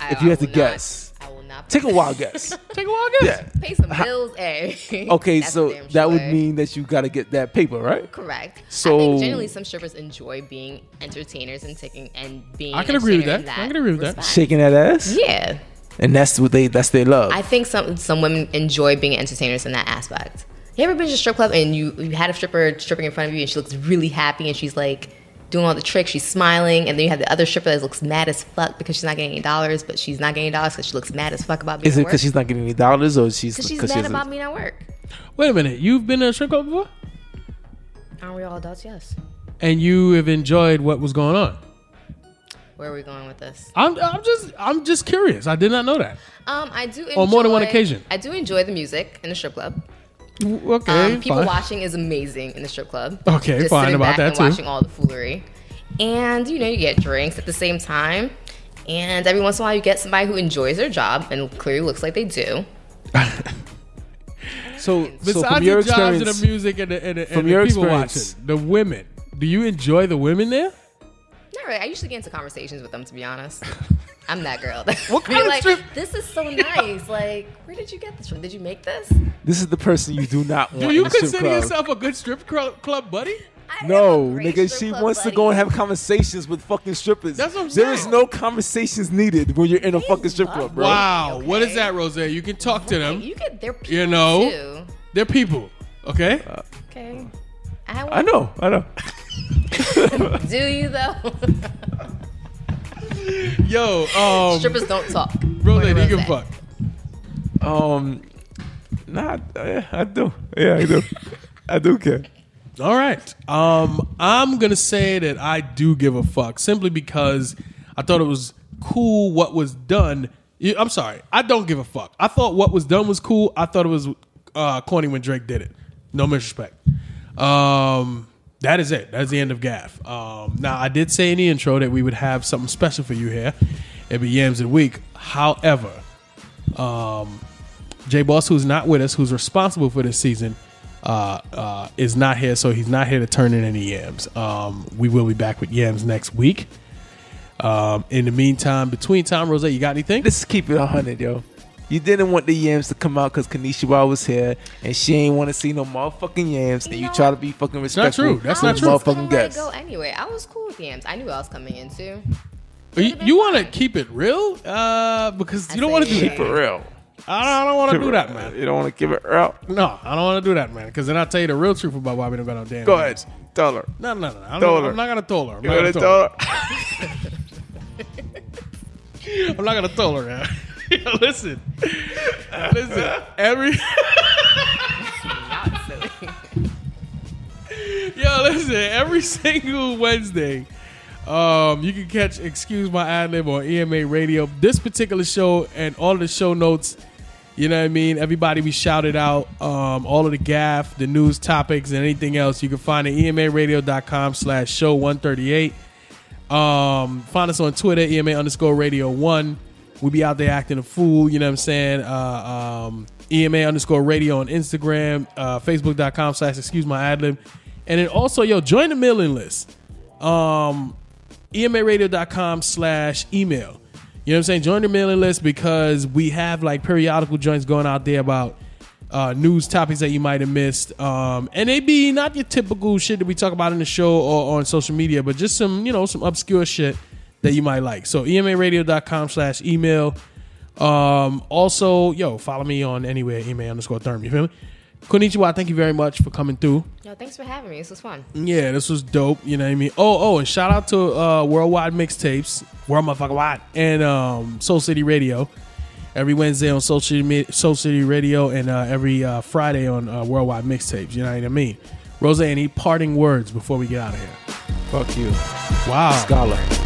Speaker 4: I,
Speaker 3: If you
Speaker 4: I
Speaker 3: had to
Speaker 4: will not-
Speaker 3: guess.
Speaker 4: I will not.
Speaker 3: Take a wild guess.
Speaker 2: Take a wild guess.
Speaker 3: yeah.
Speaker 4: Pay some bills, eh. a.
Speaker 3: Okay, so that would mean that you got to get that paper, right?
Speaker 4: correct. I
Speaker 3: So-
Speaker 4: think generally some strippers enjoy being entertainers and taking and being.
Speaker 2: I can agree with
Speaker 4: entertainer
Speaker 2: that.
Speaker 4: in
Speaker 2: I can agree with that.
Speaker 4: respect.
Speaker 3: Shaking that ass,
Speaker 4: Yeah,
Speaker 3: and that's what they that's their love.
Speaker 4: I think some some women enjoy being entertainers in that aspect. You ever been to a strip club and you you had a stripper stripping in front of you and she looks really happy and she's like doing all the tricks, she's smiling, and then you have the other stripper that looks mad as fuck because she's not getting any dollars, but she's not getting any dollars because she looks mad as fuck about being
Speaker 3: Is it
Speaker 4: at work.
Speaker 3: because she's not getting any dollars, or she's
Speaker 4: Because she's
Speaker 3: because
Speaker 4: mad
Speaker 3: she's a-
Speaker 4: about being at work.
Speaker 2: Wait a minute. You've been to a strip club before,
Speaker 4: Aren't we all adults? Yes.
Speaker 2: and you have enjoyed what was going on.
Speaker 4: Where are we going with this?
Speaker 2: I'm, I'm just, I'm just curious. I did not know that.
Speaker 4: Um, I do enjoy,
Speaker 2: On more than one occasion.
Speaker 4: I do enjoy the music in the strip club.
Speaker 2: W- Okay,
Speaker 4: Um, people
Speaker 2: fine.
Speaker 4: watching is amazing in the strip club.
Speaker 2: Okay,
Speaker 4: Just
Speaker 2: fine
Speaker 4: sitting
Speaker 2: about
Speaker 4: back
Speaker 2: that
Speaker 4: and
Speaker 2: too.
Speaker 4: Watching all the foolery, and you know you get drinks at the same time, and every once in a while you get somebody who enjoys their job and clearly looks like they do.
Speaker 3: So,
Speaker 2: Besides
Speaker 3: so from
Speaker 2: your
Speaker 3: your
Speaker 2: the jobs and
Speaker 3: experience,
Speaker 2: the music and the, and the,
Speaker 3: from
Speaker 2: and
Speaker 3: your
Speaker 2: the people
Speaker 3: experience-
Speaker 2: watching, the women, do you enjoy the women there?
Speaker 4: Not really. I usually get into conversations with them to be honest. I'm that girl.
Speaker 2: What
Speaker 4: Be
Speaker 2: kind of
Speaker 4: like,
Speaker 2: strip-
Speaker 4: This is so nice. Like, where did you get this from? Did you make this?
Speaker 3: this is the person you do not want.
Speaker 2: Do you
Speaker 3: in a strip
Speaker 2: consider
Speaker 3: club.
Speaker 2: yourself a good strip club, club buddy?
Speaker 4: I have
Speaker 3: No,
Speaker 4: a great
Speaker 3: nigga,
Speaker 4: strip
Speaker 3: she
Speaker 4: club
Speaker 3: wants to
Speaker 4: buddy.
Speaker 3: go and have conversations with fucking strippers.
Speaker 2: That's what I'm
Speaker 3: There is
Speaker 2: saying.
Speaker 3: no conversations needed when you're in a fucking strip
Speaker 4: love
Speaker 3: club,
Speaker 4: it.
Speaker 3: bro.
Speaker 2: Wow,
Speaker 4: Okay.
Speaker 2: what is that, Rose? You can talk to them.
Speaker 4: You get their people
Speaker 2: You know?
Speaker 4: too.
Speaker 2: They're people, okay?
Speaker 4: Uh, Okay.
Speaker 2: Oh.
Speaker 4: I had one
Speaker 3: I know, I know.
Speaker 4: Do you though?
Speaker 2: Yo, um,
Speaker 4: Strippers don't talk.
Speaker 2: Rose,
Speaker 4: Where
Speaker 2: you
Speaker 4: the
Speaker 2: can
Speaker 4: at?
Speaker 2: fuck.
Speaker 3: Um, nah, I, I do. Yeah, I do. I do care.
Speaker 2: All right. Um, I'm gonna say that I do give a fuck simply because I thought it was cool what was done. You- I'm sorry, I don't give a fuck. I thought what was done was cool. I thought it was uh, corny when Drake did it. No disrespect. Um, that is it. That's the end of Gaff. Um, now I did say in the intro that we would have something special for you here. It'd be Yams of the Week. However, J Boss, who's not with us, who's responsible for this season, uh, uh, is not here, so he's not here to turn in any yams. Um, we will be back with yams next week. Um, in the meantime, between time, Rose, you got anything?
Speaker 3: Let's keep it 100, yo. You didn't want the yams to come out because Kanishiwa was here and she ain't want to see no motherfucking yams and you
Speaker 4: No.
Speaker 3: try to be fucking respectful.
Speaker 2: true. That's
Speaker 4: I
Speaker 2: not
Speaker 4: was
Speaker 2: true.
Speaker 4: just gonna
Speaker 3: Motherfucking
Speaker 4: let it
Speaker 3: guess.
Speaker 4: go anyway. I was cool with the Yams. I knew what I was coming into.
Speaker 2: you want to keep it real uh, because
Speaker 4: I
Speaker 2: you don't want to do
Speaker 4: see.
Speaker 2: that.
Speaker 3: For real.
Speaker 2: I don't, I don't want to do that, man.
Speaker 3: You don't want to give it up.
Speaker 2: No, I don't want to do that, man. Because then I'll tell you the real truth about why we don't got no damn.
Speaker 3: Go
Speaker 2: yams.
Speaker 3: ahead. Tell her.
Speaker 2: No, no, no. I'm,
Speaker 3: Told
Speaker 2: not,
Speaker 3: her.
Speaker 2: I'm not gonna tell her. I'm
Speaker 3: You
Speaker 2: not
Speaker 3: know
Speaker 2: gonna
Speaker 3: what I
Speaker 2: tell her.
Speaker 3: told her?
Speaker 2: I'm not gonna tell her that. Yo, listen, listen. Every yo, listen. Every single Wednesday, um, you can catch "Excuse My Ad Lib" on EMA Radio. This particular show and all of the show notes. You know what I mean? Everybody we shouted out, um, all of the gaff, the news topics, and anything else. You can find it E emaradio.com slash show 138. Um, find us on Twitter, EMA underscore radio one. We be out there acting a fool, you know what I'm saying? Uh, um, EMA underscore radio on Instagram, uh, Facebook.com slash excuse my ad lib. And then also, yo, join the mailing list. Um, emaradio.com slash email. You know what I'm saying? Join the mailing list because we have like periodical joints going out there about uh, news topics that you might have missed. Um, and they be not your typical shit that we talk about in the show or on social media, but just some, you know, some obscure shit that you might like. So E emaradio.com slash email. Um, also, yo, follow me on anywhere, email underscore therm. You feel me? Konnichiwa, thank you very much for coming through.
Speaker 4: Yo, thanks for having me. This was fun.
Speaker 2: Yeah, this was dope. You know what I mean? Oh, oh, and shout out to uh, Worldwide Mixtapes, World Motherfucker Wide, and um, Soul City Radio. Every Wednesday on Soul City, Mi- Soul City Radio and uh, every uh, Friday on uh, Worldwide Mixtapes. You know what I E, mean? Rose, any parting words before we get out of here?
Speaker 3: Fuck you.
Speaker 2: Wow.
Speaker 3: Scholar.